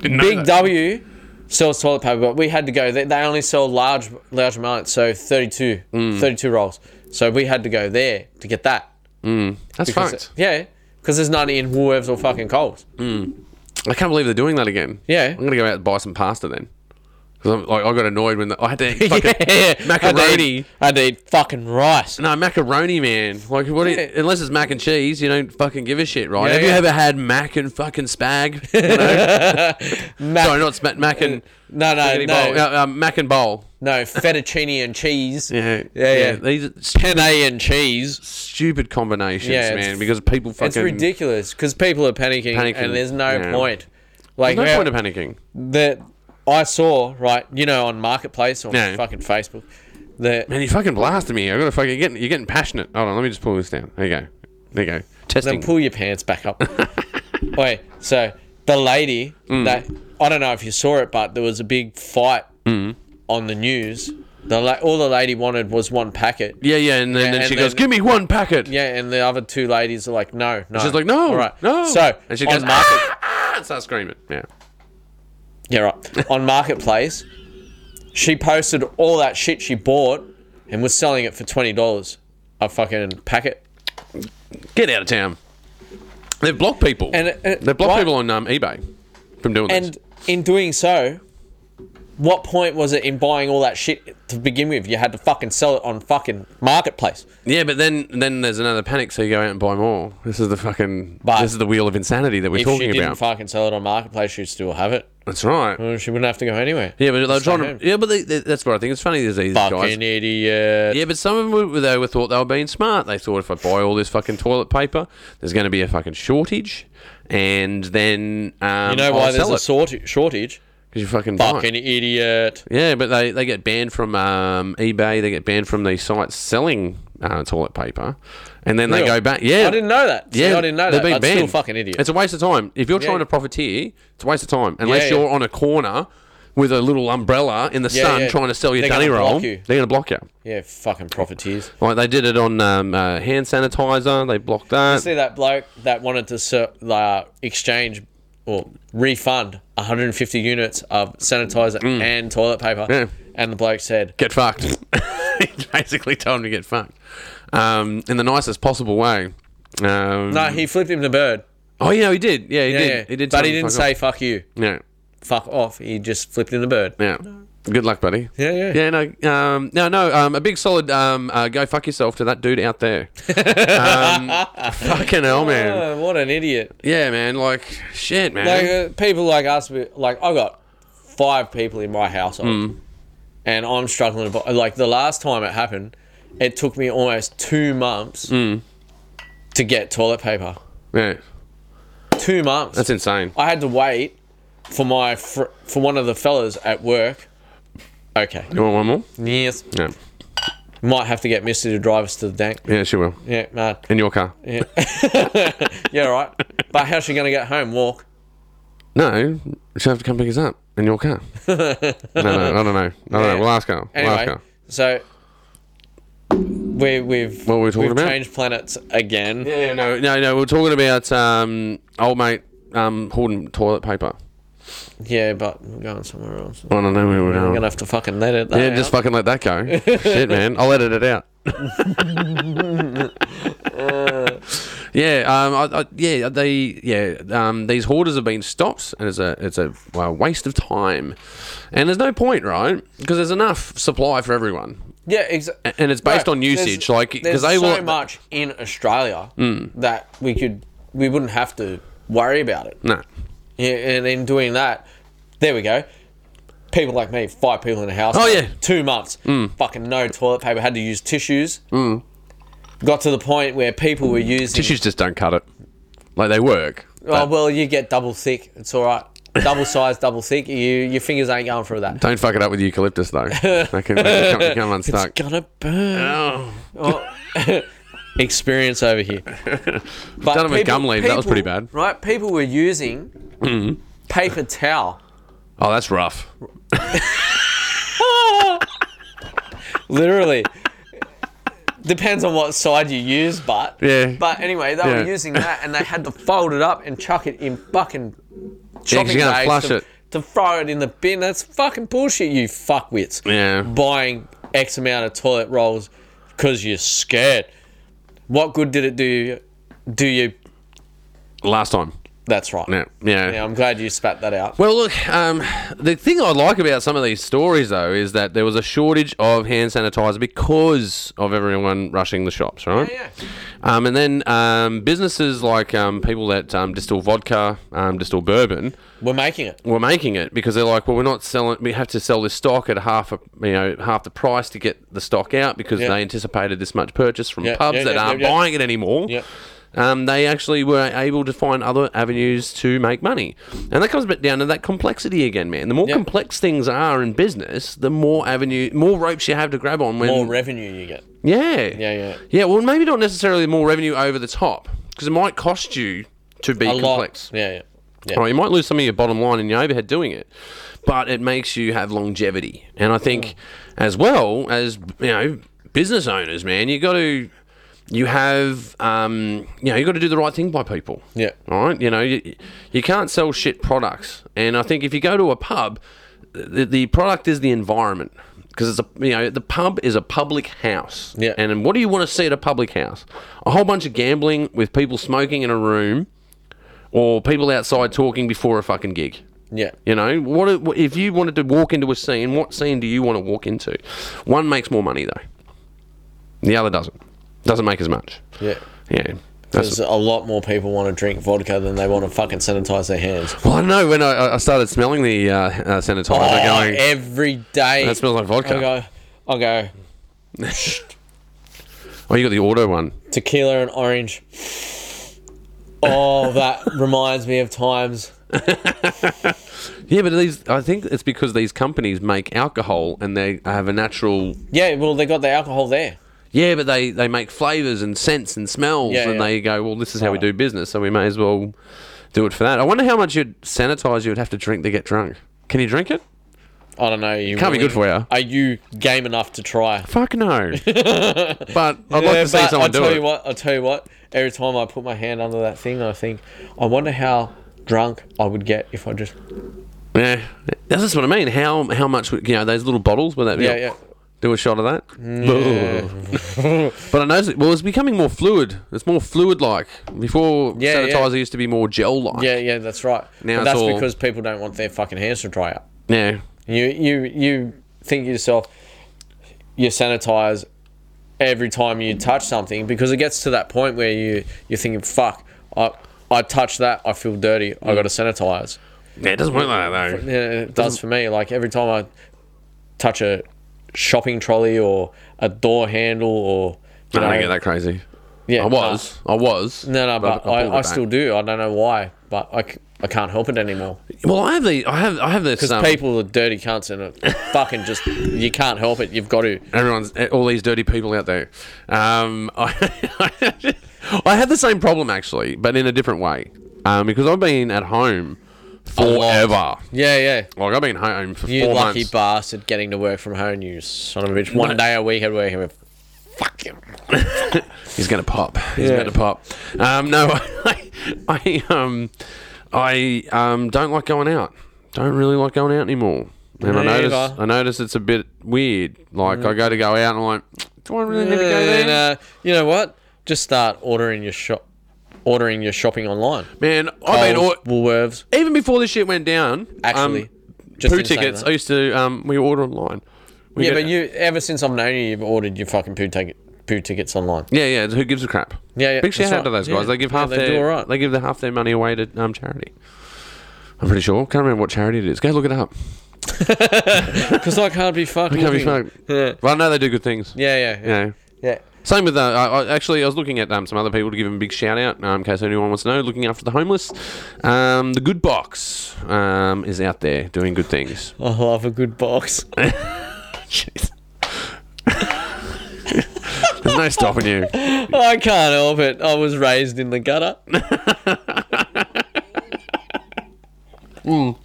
Speaker 2: Big W sells toilet paper, but we had to go. They, they only sell large large amounts, so 32,
Speaker 1: Mm.
Speaker 2: 32 rolls. So we had to go there to get that.
Speaker 1: That's
Speaker 2: Because-
Speaker 1: fucked.
Speaker 2: Yeah, because there's none in Woolworths or fucking Coles.
Speaker 1: I can't believe they're doing that again.
Speaker 2: Yeah.
Speaker 1: I'm gonna go out and buy some pasta then. 'Cause I'm, like, I got annoyed when the, I had to eat fucking
Speaker 2: I
Speaker 1: macaroni.
Speaker 2: need, I need fucking rice.
Speaker 1: No, macaroni, man. Like, what? do you-
Speaker 2: Yeah.
Speaker 1: unless it's mac and cheese, you don't fucking give a shit, right?
Speaker 2: Yeah,
Speaker 1: Have you
Speaker 2: yeah.
Speaker 1: ever had mac and fucking spag? You know?
Speaker 2: Mac-
Speaker 1: Sorry, not sma- mac and
Speaker 2: no, no,
Speaker 1: spaghetti bowl.
Speaker 2: no,
Speaker 1: Uh, um, mac and bowl.
Speaker 2: no, fettuccine and cheese.
Speaker 1: Yeah,
Speaker 2: yeah, yeah.
Speaker 1: These are
Speaker 2: Penne and cheese.
Speaker 1: stupid combinations,
Speaker 2: Yeah, it's-
Speaker 1: man. Because people fucking
Speaker 2: It's ridiculous because people are panicking,
Speaker 1: Panicking,
Speaker 2: and there's no
Speaker 1: yeah.
Speaker 2: point. Like
Speaker 1: No
Speaker 2: how-
Speaker 1: point of panicking.
Speaker 2: that I saw right, you know, on marketplace or
Speaker 1: Yeah.
Speaker 2: fucking Facebook. That
Speaker 1: Man, you fucking blasted me. I gotta fucking get. You're getting passionate. Hold on, let me just pull this down. There you go. There you go.
Speaker 2: then
Speaker 1: Testing.
Speaker 2: pull your pants back up. Wait, so the lady
Speaker 1: Mm.
Speaker 2: that I don't know if you saw it, but there was a big fight
Speaker 1: Mm.
Speaker 2: on the news. The la- all the lady wanted was one packet.
Speaker 1: yeah, yeah. And then,
Speaker 2: Yeah,
Speaker 1: then
Speaker 2: and
Speaker 1: she
Speaker 2: then-
Speaker 1: goes, "Give me one packet." Yeah.
Speaker 2: Yeah, and the other two ladies are like, no, no.
Speaker 1: She's like, "No,
Speaker 2: all
Speaker 1: no."
Speaker 2: So
Speaker 1: and she
Speaker 2: on
Speaker 1: goes,
Speaker 2: market,
Speaker 1: "Ah!" and starts screaming. Yeah.
Speaker 2: Yeah, right. On Marketplace, she posted all that shit she bought and was selling it for twenty dollars a fucking packet.
Speaker 1: Get out of town. They've blocked people.
Speaker 2: And, uh,
Speaker 1: They've blocked
Speaker 2: why-
Speaker 1: people on um, eBay from doing
Speaker 2: And
Speaker 1: this.
Speaker 2: in doing so, what point was it in buying all that shit to begin with? You had to fucking sell it on fucking marketplace.
Speaker 1: Yeah, but then then there's another panic, so you go out and buy more. This is the fucking.
Speaker 2: But-
Speaker 1: this is the wheel of insanity that we're
Speaker 2: If she
Speaker 1: talking
Speaker 2: didn't Mm.
Speaker 1: about.
Speaker 2: fucking sell it on marketplace, she'd still have it.
Speaker 1: That's right.
Speaker 2: Well, She wouldn't have to go anywhere.
Speaker 1: Yeah, but they're trying
Speaker 2: home.
Speaker 1: to. Yeah, but they, they- that's what I think. It's funny. There's these guys.
Speaker 2: Fucking idiot.
Speaker 1: Yeah, but some of them were, they were thought they were being smart. They thought if I buy all this fucking toilet paper, there's going to be a fucking shortage, and then um,
Speaker 2: You know
Speaker 1: I'll
Speaker 2: why
Speaker 1: sell
Speaker 2: there's a
Speaker 1: it
Speaker 2: sorti- shortage?
Speaker 1: because you fucking buy.
Speaker 2: Fucking idiot.
Speaker 1: Yeah, but they, they get banned from um, eBay. They get banned from these sites selling uh, toilet paper, and then they
Speaker 2: Really?
Speaker 1: go back. Yeah,
Speaker 2: I didn't know that. See, I didn't know
Speaker 1: they're
Speaker 2: that.
Speaker 1: being
Speaker 2: I'd still fucking idiot.
Speaker 1: It's a waste of time. If you're trying to profiteer, it's a waste of time. Unless
Speaker 2: Yeah, yeah.
Speaker 1: you're on a corner with a little umbrella in the
Speaker 2: Yeah,
Speaker 1: sun
Speaker 2: yeah.
Speaker 1: trying to sell your
Speaker 2: They're
Speaker 1: dunny
Speaker 2: gonna block
Speaker 1: roll,
Speaker 2: you.
Speaker 1: they're going to block you.
Speaker 2: Yeah, fucking profiteers.
Speaker 1: Like they did it on um, uh, hand sanitizer. They blocked that.
Speaker 2: See that bloke that wanted to ser- uh, exchange or refund 150 units of sanitizer and toilet paper,
Speaker 1: Mm. Yeah.
Speaker 2: and the bloke said,
Speaker 1: get fucked. He Basically told him to get fucked um, in the nicest possible way. Um,
Speaker 2: "No, he flipped him the bird."
Speaker 1: Oh yeah, he did. Yeah, he
Speaker 2: Yeah,
Speaker 1: did.
Speaker 2: yeah.
Speaker 1: He did. tell
Speaker 2: but he
Speaker 1: him
Speaker 2: didn't
Speaker 1: to fuck
Speaker 2: say "fuck you,"
Speaker 1: off. Yeah.
Speaker 2: "fuck off." He just flipped him the bird.
Speaker 1: Yeah. Good luck, buddy.
Speaker 2: Yeah, yeah.
Speaker 1: Yeah, no, um, no, no. Um, a big solid um, uh, go fuck yourself to that dude out there. um, fucking hell, man.
Speaker 2: Oh, what an idiot!
Speaker 1: Yeah, man. Like, shit, man.
Speaker 2: Like uh, people like us, we- like I got five people in my household, and I'm struggling. To, bu- like the last time it happened, it took me almost two months to get toilet paper.
Speaker 1: yeah,
Speaker 2: Two months.
Speaker 1: that's insane.
Speaker 2: I had to wait for my fr- for one of the fellas at work. Okay.
Speaker 1: You want one more?
Speaker 2: Yes.
Speaker 1: Yeah.
Speaker 2: Might have to get Misty to drive us to the dank.
Speaker 1: Yeah, she will.
Speaker 2: Yeah, man.
Speaker 1: In your car.
Speaker 2: Yeah, right. but how's she gonna get home? Walk.
Speaker 1: No, she'll have to come pick us up in your car. no, no, I don't know. I don't know.
Speaker 2: Yeah.
Speaker 1: We'll ask her. We'll ask
Speaker 2: Anyway,
Speaker 1: her.
Speaker 2: so we, we've
Speaker 1: What were we talking
Speaker 2: we've
Speaker 1: about?
Speaker 2: changed planets again.
Speaker 1: Yeah, yeah, no, no, no. We're talking about um, old mate um, hoarding toilet paper.
Speaker 2: Yeah, but we're going somewhere else.
Speaker 1: I don't know where we're
Speaker 2: We're
Speaker 1: going.
Speaker 2: gonna have to fucking let it.
Speaker 1: Oh. Yeah, just fucking let that go. Shit, man. I'll edit it out. yeah, um, I, I, yeah, they, yeah, um, these hoarders have been stopped, and it's a, it's a well, waste of time, and there's no point, right? Because there's enough supply for everyone,
Speaker 2: yeah, exactly.
Speaker 1: and it's based on usage, like because
Speaker 2: there's
Speaker 1: they Hmm.
Speaker 2: so
Speaker 1: will.
Speaker 2: much in Australia that we could we wouldn't have to worry about it.
Speaker 1: no,
Speaker 2: Yeah, and in doing that, there we go. People like me, five people in a house.
Speaker 1: Oh, yeah. Hmm.
Speaker 2: two months. Fucking no toilet paper. Had to use tissues. Got to the point where people were using.
Speaker 1: tissues just don't cut it. Like they work.
Speaker 2: Oh well, you get double thick. It's all right. Double size, double thick. You your fingers ain't going through that.
Speaker 1: Don't fuck it up with eucalyptus though. They can, they can become
Speaker 2: It's
Speaker 1: unstuck.
Speaker 2: gonna burn.
Speaker 1: Oh,
Speaker 2: Oh, experience over here. But
Speaker 1: Done it with gum leaf, that was pretty bad. Mm-hmm.
Speaker 2: Right? People were using paper towel.
Speaker 1: oh, that's rough.
Speaker 2: Literally. Depends on what side you use, but
Speaker 1: Yeah.
Speaker 2: But anyway, they
Speaker 1: Yeah.
Speaker 2: were using that, and they had to fold it up and chuck it in fucking shopping
Speaker 1: gonna
Speaker 2: bags
Speaker 1: flush
Speaker 2: to,
Speaker 1: it.
Speaker 2: to throw it in the bin. That's fucking bullshit, you fuckwits.
Speaker 1: Yeah.
Speaker 2: Buying X amount of toilet rolls because you're scared. What good did it do? you- Do you?
Speaker 1: Last time.
Speaker 2: That's right.
Speaker 1: Yeah, yeah.
Speaker 2: Yeah, I'm glad you spat that out.
Speaker 1: Well, look, um, the thing I like about some of these stories, though, is that there was a shortage of hand sanitizer because of everyone rushing the shops, right?
Speaker 2: Yeah, yeah.
Speaker 1: Um, and then um, businesses like um, people that um, distill vodka, um, distill bourbon,
Speaker 2: We're making it.
Speaker 1: were making it because they're like, well, we're not selling. We have to sell this stock at half, a, you know, half the price to get the stock out because
Speaker 2: Yeah.
Speaker 1: they anticipated this much purchase from
Speaker 2: Yeah,
Speaker 1: pubs
Speaker 2: yeah,
Speaker 1: that
Speaker 2: yeah,
Speaker 1: aren't
Speaker 2: yeah, yeah.
Speaker 1: buying it anymore.
Speaker 2: Yeah.
Speaker 1: Um, they actually were able to find other avenues to make money, and that comes back down to that complexity again, man. The more
Speaker 2: Yeah.
Speaker 1: complex things are in business, the more avenue, more ropes you have to grab on. When
Speaker 2: More revenue you get.
Speaker 1: yeah,
Speaker 2: Yeah, yeah.
Speaker 1: yeah. Well, maybe not necessarily more revenue over the top because it might cost you to be
Speaker 2: A
Speaker 1: complex.
Speaker 2: lot. Yeah, yeah. Yeah.
Speaker 1: Right, you might lose some of your bottom line and your overhead doing it, but it makes you have longevity.
Speaker 2: Mm.
Speaker 1: And I think, as well as you know, business owners, man, you got to you have, um, you know, you got to do the right thing by people.
Speaker 2: Yeah.
Speaker 1: All right. You know, you, you can't sell shit products. And I think if you go to a pub, the, the product is the environment because it's a, you know, the pub is a public house.
Speaker 2: Yeah.
Speaker 1: And then what do you want to see at a public house? A whole bunch of gambling with people smoking in a room or people outside talking before a fucking gig.
Speaker 2: Yeah.
Speaker 1: You know, what if you wanted to walk into a scene? What scene do you want to walk into? One makes more money though. The other doesn't. Doesn't make as much.
Speaker 2: Yeah.
Speaker 1: Yeah. That's
Speaker 2: Because a lot more people want to drink vodka than they want to fucking sanitize their hands.
Speaker 1: well, I know when I, I started smelling the uh, uh, sanitizer
Speaker 2: Oh,
Speaker 1: going,
Speaker 2: every day.
Speaker 1: that smells like vodka.
Speaker 2: I'll go, I'll go
Speaker 1: Oh, you got the auto one.
Speaker 2: tequila and orange. Oh, that reminds me of times.
Speaker 1: Yeah, but these, I think it's because these companies make alcohol and they have a natural.
Speaker 2: Yeah, well, they got the alcohol there.
Speaker 1: Yeah, but they, they make flavors and scents and smells,
Speaker 2: Yeah, Oh.
Speaker 1: and
Speaker 2: yeah.
Speaker 1: they go, well, this is how we do business, so we may as well do it for that. I wonder how much you'd sanitize you would have to drink to get drunk. Can you drink it?
Speaker 2: I don't know. You
Speaker 1: Can't be good for you.
Speaker 2: Are you game enough to try?
Speaker 1: Fuck no. but I'd like
Speaker 2: Yeah,
Speaker 1: to see
Speaker 2: but
Speaker 1: someone
Speaker 2: I'll
Speaker 1: do
Speaker 2: tell
Speaker 1: it.
Speaker 2: you what. I'll tell you what. Every time I put my hand under that thing, I think, I wonder how drunk I would get if I just.
Speaker 1: Yeah, that's just what I mean. How how much would- you know those little bottles? Where that
Speaker 2: Yeah, yeah.
Speaker 1: Do a shot of that. but I know. Well, it's becoming more fluid. It's more fluid like. Before
Speaker 2: Yeah, yeah.
Speaker 1: sanitizer used to be more gel like.
Speaker 2: Yeah, yeah, that's right.
Speaker 1: Now
Speaker 2: But
Speaker 1: it's
Speaker 2: that's
Speaker 1: all-
Speaker 2: because people don't want their fucking hands to dry up.
Speaker 1: Yeah.
Speaker 2: You you you think to yourself, you sanitize every time you touch something because it gets to that point where you you're thinking, fuck, I I touch that, I feel dirty, I
Speaker 1: Mm.
Speaker 2: got to sanitize.
Speaker 1: Yeah, it doesn't work like that though.
Speaker 2: Yeah, it does for me. Like every time I touch a shopping trolley or a door handle or you
Speaker 1: I
Speaker 2: know,
Speaker 1: don't get that crazy.
Speaker 2: yeah,
Speaker 1: I was. I was.
Speaker 2: No, no, but,
Speaker 1: pulled
Speaker 2: I, I
Speaker 1: it back.
Speaker 2: still do. I don't know why, but I, c- I can't help it anymore.
Speaker 1: Well, I have the. I have. I have this. Um,
Speaker 2: People are dirty cunts and it fucking just you can't help it. You've got to.
Speaker 1: everyone's all these dirty people out there. Um, I, I had the same problem actually, but in a different way. Um, because I've been at home forever.
Speaker 2: Yeah, yeah.
Speaker 1: Like I've been home for
Speaker 2: You
Speaker 1: four
Speaker 2: lucky
Speaker 1: months.
Speaker 2: bastard getting to work from home, you son of a bitch. One
Speaker 1: No.
Speaker 2: day a week at work. and
Speaker 1: Fuck him. He's gonna pop. He's
Speaker 2: Yeah.
Speaker 1: gonna pop. Um, no, I, I, um, I um, don't like going out. Don't really like going out anymore. And I
Speaker 2: Me
Speaker 1: notice,
Speaker 2: either.
Speaker 1: I notice it's a bit weird. Like I go to go out, and I'm like, do I really need to go
Speaker 2: And,
Speaker 1: there?
Speaker 2: uh, you know what? Just start ordering your shop, ordering your shopping online.
Speaker 1: Man, I mean, or,
Speaker 2: Coles, Woolworths.
Speaker 1: even before this shit went down,
Speaker 2: Actually,
Speaker 1: um,
Speaker 2: just
Speaker 1: poo
Speaker 2: in saying
Speaker 1: tickets.
Speaker 2: that.
Speaker 1: I used to um, we order online. We
Speaker 2: Yeah,
Speaker 1: get-
Speaker 2: but you ever since I've known you, you've ordered your fucking poo ticket poo tickets online.
Speaker 1: yeah, yeah. Who gives a crap?
Speaker 2: Yeah, yeah,
Speaker 1: Big shout
Speaker 2: that's
Speaker 1: out to
Speaker 2: right.
Speaker 1: those guys.
Speaker 2: Yeah.
Speaker 1: They give
Speaker 2: Yeah,
Speaker 1: half
Speaker 2: they do
Speaker 1: their
Speaker 2: alright.
Speaker 1: they give the half their money away to um, charity. I'm pretty sure. Can't remember what charity it is. Go look it up.
Speaker 2: Because I can't be fuced.
Speaker 1: Can't be
Speaker 2: looking.
Speaker 1: fucked.
Speaker 2: Yeah.
Speaker 1: Well, I know they do good things.
Speaker 2: Yeah, yeah, yeah,
Speaker 1: Yeah.
Speaker 2: yeah.
Speaker 1: Same with uh, I, I actually I was looking at um, some other people to give them a big shout out um, in case anyone wants to know. Looking after the homeless, um, the Good Box um, is out there doing good things.
Speaker 2: I love a good box.
Speaker 1: Jeez. There's no stopping you.
Speaker 2: I can't help it. I was raised in the gutter.
Speaker 1: No,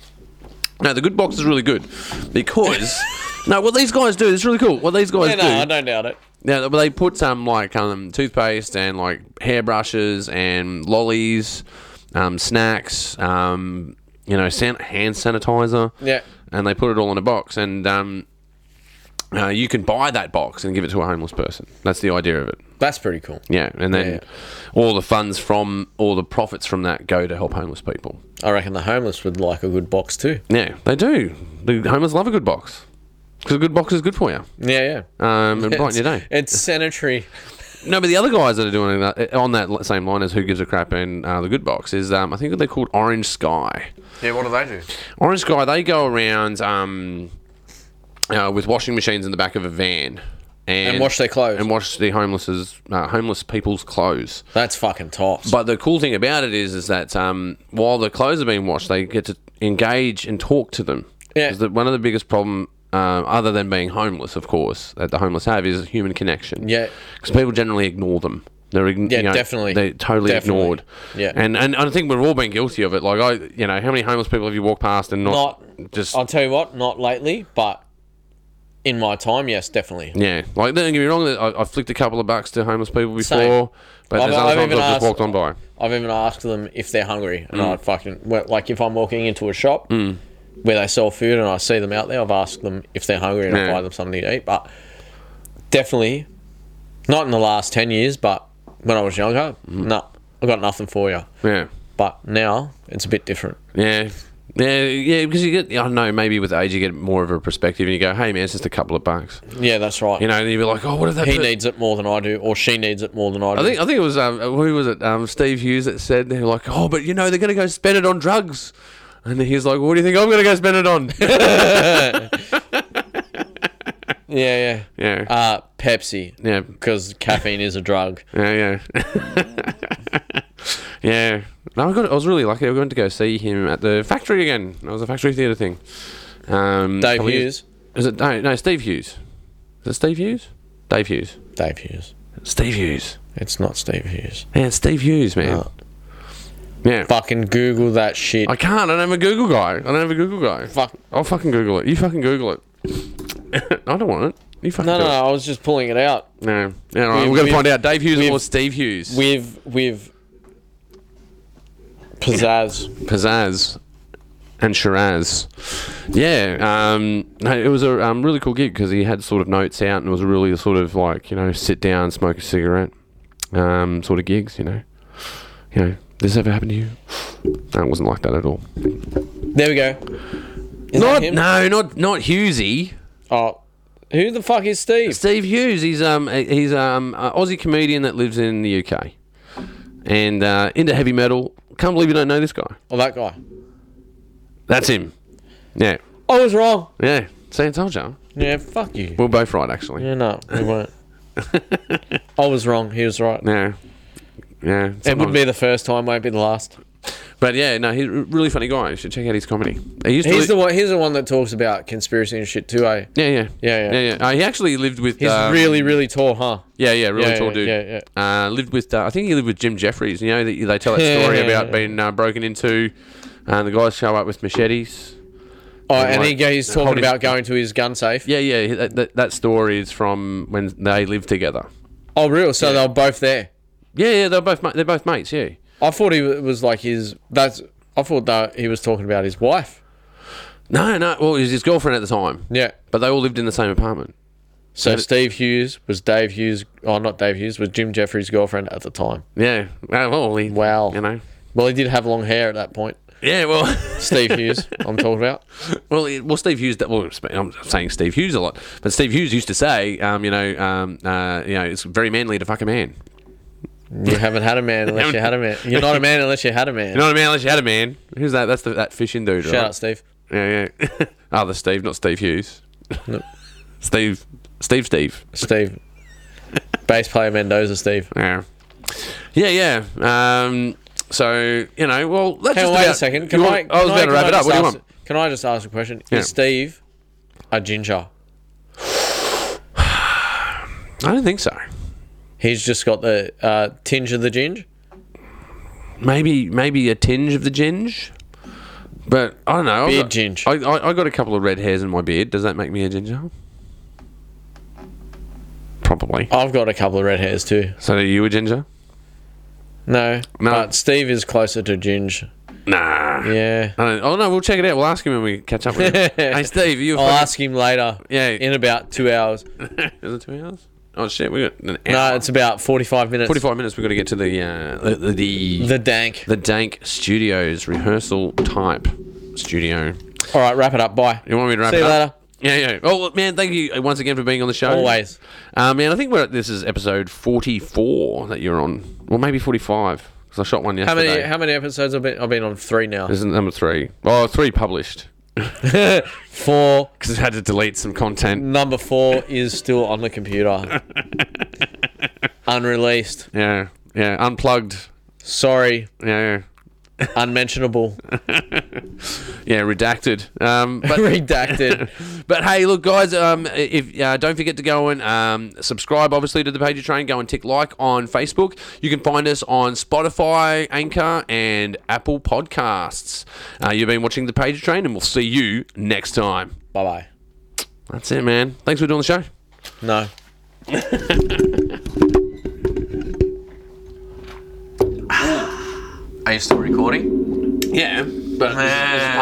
Speaker 1: the Good Box is really good because no, what these guys do is really cool. What these guys
Speaker 2: Yeah, no, I
Speaker 1: do
Speaker 2: don't doubt it.
Speaker 1: Now but they put some like um, toothpaste and like hairbrushes and lollies, um, snacks, um, you know, san- hand sanitizer.
Speaker 2: Yeah.
Speaker 1: And they put it all in a box, and um, uh, you can buy that box and give it to a homeless person. That's the idea of it.
Speaker 2: That's pretty cool.
Speaker 1: Yeah, and then
Speaker 2: Yeah.
Speaker 1: all the funds from all the profits from that go to help homeless people.
Speaker 2: I reckon the homeless would like a good box too.
Speaker 1: Yeah, they do. The homeless love a good box because a good box is good for you.
Speaker 2: Yeah, yeah.
Speaker 1: Um,
Speaker 2: Uh,
Speaker 1: and brighten your day.
Speaker 2: It's sanitary.
Speaker 1: No, but the other guys that are doing that eh, on that l- same line as Who Gives a Crap and uh, The Good Box is um, I think they're called Orange Sky.
Speaker 2: Yeah, what do they do?
Speaker 1: Orange Sky, they go around um, uh, with washing machines in the back of a van. And,
Speaker 2: wash their clothes.
Speaker 1: And wash the homeless's, uh, homeless people's clothes.
Speaker 2: That's fucking tops.
Speaker 1: But the cool thing about it is, is that um, while the clothes are being washed, they get to engage and talk to them.
Speaker 2: Yeah.
Speaker 1: 'Cause The, one of the biggest problem, um, other than being homeless, of course, that the homeless have is human connection.
Speaker 2: Yeah.
Speaker 1: Because people generally ignore them. They're ign-
Speaker 2: Yeah,
Speaker 1: you know,
Speaker 2: definitely.
Speaker 1: They're totally
Speaker 2: Definitely.
Speaker 1: ignored.
Speaker 2: Yeah.
Speaker 1: And and I think we've all been guilty of it. Like I, you know, how many homeless people have you walked past and not,
Speaker 2: Not-
Speaker 1: just
Speaker 2: I'll tell you what, not lately, but in my time, yes, definitely.
Speaker 1: Yeah, like don't get me wrong. I, I flicked a couple of bucks to homeless people before,
Speaker 2: Same.
Speaker 1: but
Speaker 2: I've-
Speaker 1: there's other
Speaker 2: I've
Speaker 1: times I've
Speaker 2: even
Speaker 1: just
Speaker 2: asked-
Speaker 1: walked on by.
Speaker 2: I've even asked them if they're hungry, and
Speaker 1: Mm.
Speaker 2: I fucking well, like if I'm walking into a shop where they sell food and I see them out there, I've asked them if they're hungry and
Speaker 1: Yeah.
Speaker 2: I buy them something to eat. But definitely, not in the last ten years, but when I was younger,
Speaker 1: Mm.
Speaker 2: no, I got nothing for you.
Speaker 1: Yeah,
Speaker 2: But now it's a bit different.
Speaker 1: yeah, yeah, yeah. Because you get, I don't know, maybe with age you get more of a perspective, and you go, "Hey, man, it's just a couple of bucks,"
Speaker 2: Yeah, that's right.
Speaker 1: you know. And you'd be like, "Oh, what did that?"
Speaker 2: he
Speaker 1: per-
Speaker 2: needs it more than I do, or she needs it more than I do.
Speaker 1: I think I think it was um, who was it? Um, Steve Hughes that said they're like, "Oh, but you know they're gonna go spend it on drugs," and he's like, "What do you think I'm gonna go spend it on?"
Speaker 2: yeah, yeah.
Speaker 1: yeah,
Speaker 2: Uh, Pepsi,
Speaker 1: yeah,
Speaker 2: because caffeine is a drug.
Speaker 1: yeah, yeah, yeah. No, I got. I was really lucky. I went to go see him at the factory again. It was a factory theatre thing. Um,
Speaker 2: Dave
Speaker 1: couple of years-
Speaker 2: Hughes.
Speaker 1: Is it no, no Steve Hughes? Is it Steve Hughes? Dave Hughes.
Speaker 2: Dave Hughes.
Speaker 1: Steve Hughes.
Speaker 2: It's not Steve Hughes.
Speaker 1: Yeah, it's Steve Hughes, man.
Speaker 2: Oh.
Speaker 1: Yeah.
Speaker 2: Fucking Google that shit.
Speaker 1: I can't. I don't have a Google guy. I don't have a Google guy.
Speaker 2: Fuck.
Speaker 1: I'll fucking Google it. You fucking Google it. I don't want it. You fucking
Speaker 2: No,
Speaker 1: do
Speaker 2: no, no. I was just pulling it out.
Speaker 1: it. No. Yeah, all right,
Speaker 2: We-
Speaker 1: we're gonna
Speaker 2: we-
Speaker 1: find out Dave Hughes
Speaker 2: we-
Speaker 1: or Steve Hughes.
Speaker 2: With with pizzazz.
Speaker 1: Pizzazz and Shiraz. Yeah, um, no, it was a um, really cool gig because he had sort of notes out and it was really sort of like you know sit down, smoke a cigarette, um, sort of gigs. You know, you know, this ever happened to you? No, it wasn't like that at all.
Speaker 2: There we go. Is
Speaker 1: not
Speaker 2: that him?
Speaker 1: no, not not Hughesy.
Speaker 2: Oh, who the fuck is Steve?
Speaker 1: Steve Hughes. He's um he's um an Aussie comedian that lives in the UK and uh, into heavy metal. Can't believe you don't know this guy.
Speaker 2: Oh, that guy.
Speaker 1: That's him. Yeah,
Speaker 2: I was wrong.
Speaker 1: yeah. See, I told you.
Speaker 2: Yeah, fuck you.
Speaker 1: We're both right, actually.
Speaker 2: Yeah, no, we weren't. I was wrong. He was right.
Speaker 1: Yeah. Yeah.
Speaker 2: It would
Speaker 1: sometimes.
Speaker 2: be the first time, won't be the last.
Speaker 1: But yeah, no, he's a really funny guy. You should check out his comedy. He used
Speaker 2: He's
Speaker 1: to
Speaker 2: the one. He's the one that talks about conspiracy and shit too. Eh?
Speaker 1: yeah, yeah.
Speaker 2: Yeah, yeah.
Speaker 1: Yeah, yeah. Uh, he actually lived with.
Speaker 2: He's
Speaker 1: um,
Speaker 2: really, really tall, huh?
Speaker 1: Yeah, yeah, really
Speaker 2: yeah,
Speaker 1: tall
Speaker 2: yeah,
Speaker 1: dude.
Speaker 2: yeah,
Speaker 1: Uh, lived with. Uh, I think he lived with Jim Jeffries. You know, they, they tell that
Speaker 2: Yeah,
Speaker 1: story
Speaker 2: yeah,
Speaker 1: about
Speaker 2: yeah.
Speaker 1: being uh, broken into, and the guys show up with machetes.
Speaker 2: Oh,
Speaker 1: And
Speaker 2: and
Speaker 1: like,
Speaker 2: he go- he's
Speaker 1: hold
Speaker 2: talking
Speaker 1: his-
Speaker 2: about going to his gun safe.
Speaker 1: Yeah, yeah. That, that, that story is from when they lived together.
Speaker 2: Oh, real? So they were both there.
Speaker 1: Yeah, yeah. They're both ma- they're both mates. Yeah.
Speaker 2: I thought he wa- was like his. That's. I thought that he was talking about his wife.
Speaker 1: No, no. Well, it was his girlfriend at the time,
Speaker 2: Yeah.
Speaker 1: but they all lived in the same apartment.
Speaker 2: So
Speaker 1: Yeah.
Speaker 2: Steve Hughes was Dave Hughes. Oh, not Dave Hughes. Was Jim Jeffries' girlfriend at the time.
Speaker 1: Yeah. Uh, Well, he,
Speaker 2: Wow.
Speaker 1: You know.
Speaker 2: Well, he did have long hair at that point.
Speaker 1: Yeah. Well.
Speaker 2: Steve Hughes. I'm talking about.
Speaker 1: Well, it- well, Steve Hughes. Well, I'm sp- I'm saying Steve Hughes a lot, but Steve Hughes used to say, um, you know, um, uh, you know, it's very manly to fuck a man.
Speaker 2: You haven't had a man unless you had a man. You're not a man unless you had a man.
Speaker 1: You know what I mean? Unless you had a man. Who's that? That's the, that fishing dude.
Speaker 2: Shout
Speaker 1: right?
Speaker 2: out, Steve.
Speaker 1: Yeah, yeah. Other Steve, not Steve Hughes.
Speaker 2: No.
Speaker 1: Steve, Steve, Steve.
Speaker 2: Steve. Bass player Mendoza, Steve.
Speaker 1: Yeah, yeah, yeah. Um, so you know, well, that's
Speaker 2: Hang
Speaker 1: just
Speaker 2: on, wait
Speaker 1: about-
Speaker 2: a second. Can
Speaker 1: you
Speaker 2: I,
Speaker 1: want-
Speaker 2: can
Speaker 1: I was
Speaker 2: I-
Speaker 1: about to
Speaker 2: can
Speaker 1: wrap
Speaker 2: I
Speaker 1: it up.
Speaker 2: just
Speaker 1: What do you
Speaker 2: ask-
Speaker 1: want?
Speaker 2: Can I just ask a question?
Speaker 1: Yeah.
Speaker 2: Is Steve a ginger?
Speaker 1: I don't think so.
Speaker 2: He's just got the uh, tinge of the ginger.
Speaker 1: Maybe, maybe a tinge of the ginge. But I don't know. I've
Speaker 2: Beard
Speaker 1: got-
Speaker 2: ginge.
Speaker 1: I, I, I got a couple of red hairs in my beard. Does that make me a ginger?
Speaker 2: Oh.
Speaker 1: Probably.
Speaker 2: I've got a couple of red hairs too.
Speaker 1: So are you a ginger?
Speaker 2: No,
Speaker 1: No.
Speaker 2: But Steve is closer to ginger.
Speaker 1: Nah.
Speaker 2: Yeah.
Speaker 1: I don't, oh no, we'll check it out. We'll ask him when we catch up with him. hey Steve, are you a
Speaker 2: I'll
Speaker 1: fucking-
Speaker 2: ask him later.
Speaker 1: Yeah.
Speaker 2: In about two hours.
Speaker 1: Is it two hours? Oh shit, we got an hour.
Speaker 2: No, it's about forty-five minutes.
Speaker 1: Forty-five minutes. We got to get to the uh, the the, the
Speaker 2: The dank.
Speaker 1: the Dank Studios rehearsal type studio.
Speaker 2: All right, wrap it up. Bye.
Speaker 1: You want me to wrap
Speaker 2: See
Speaker 1: it
Speaker 2: you
Speaker 1: up?
Speaker 2: later.
Speaker 1: Yeah, yeah. Oh, well, man, thank you once again for being on the show.
Speaker 2: Always.
Speaker 1: Uh, man, I think we're at, this is episode 44 that you're on. Well, maybe 45, because I shot one
Speaker 2: How
Speaker 1: yesterday.
Speaker 2: many? How many episodes have been? I've been on three now.
Speaker 1: This is number three. Oh, three published.
Speaker 2: Four.
Speaker 1: Because I had to delete some content.
Speaker 2: Number four is still on the computer. Unreleased.
Speaker 1: Yeah, yeah. Unplugged.
Speaker 2: Sorry.
Speaker 1: Yeah,
Speaker 2: Unmentionable.
Speaker 1: yeah. yeah redacted. Um, but
Speaker 2: Redacted.
Speaker 1: But hey, look, guys, um, if uh, don't forget to go and um, subscribe, obviously, to the Pager Train. Go and tick like on Facebook. You can find us on Spotify, Anchor, and Apple Podcasts. Uh, you've been watching the Pager Train, and we'll see you next time.
Speaker 2: bye bye.
Speaker 1: That's it, man. Thanks for doing the show.
Speaker 2: No. Are you still recording?
Speaker 1: Yeah, but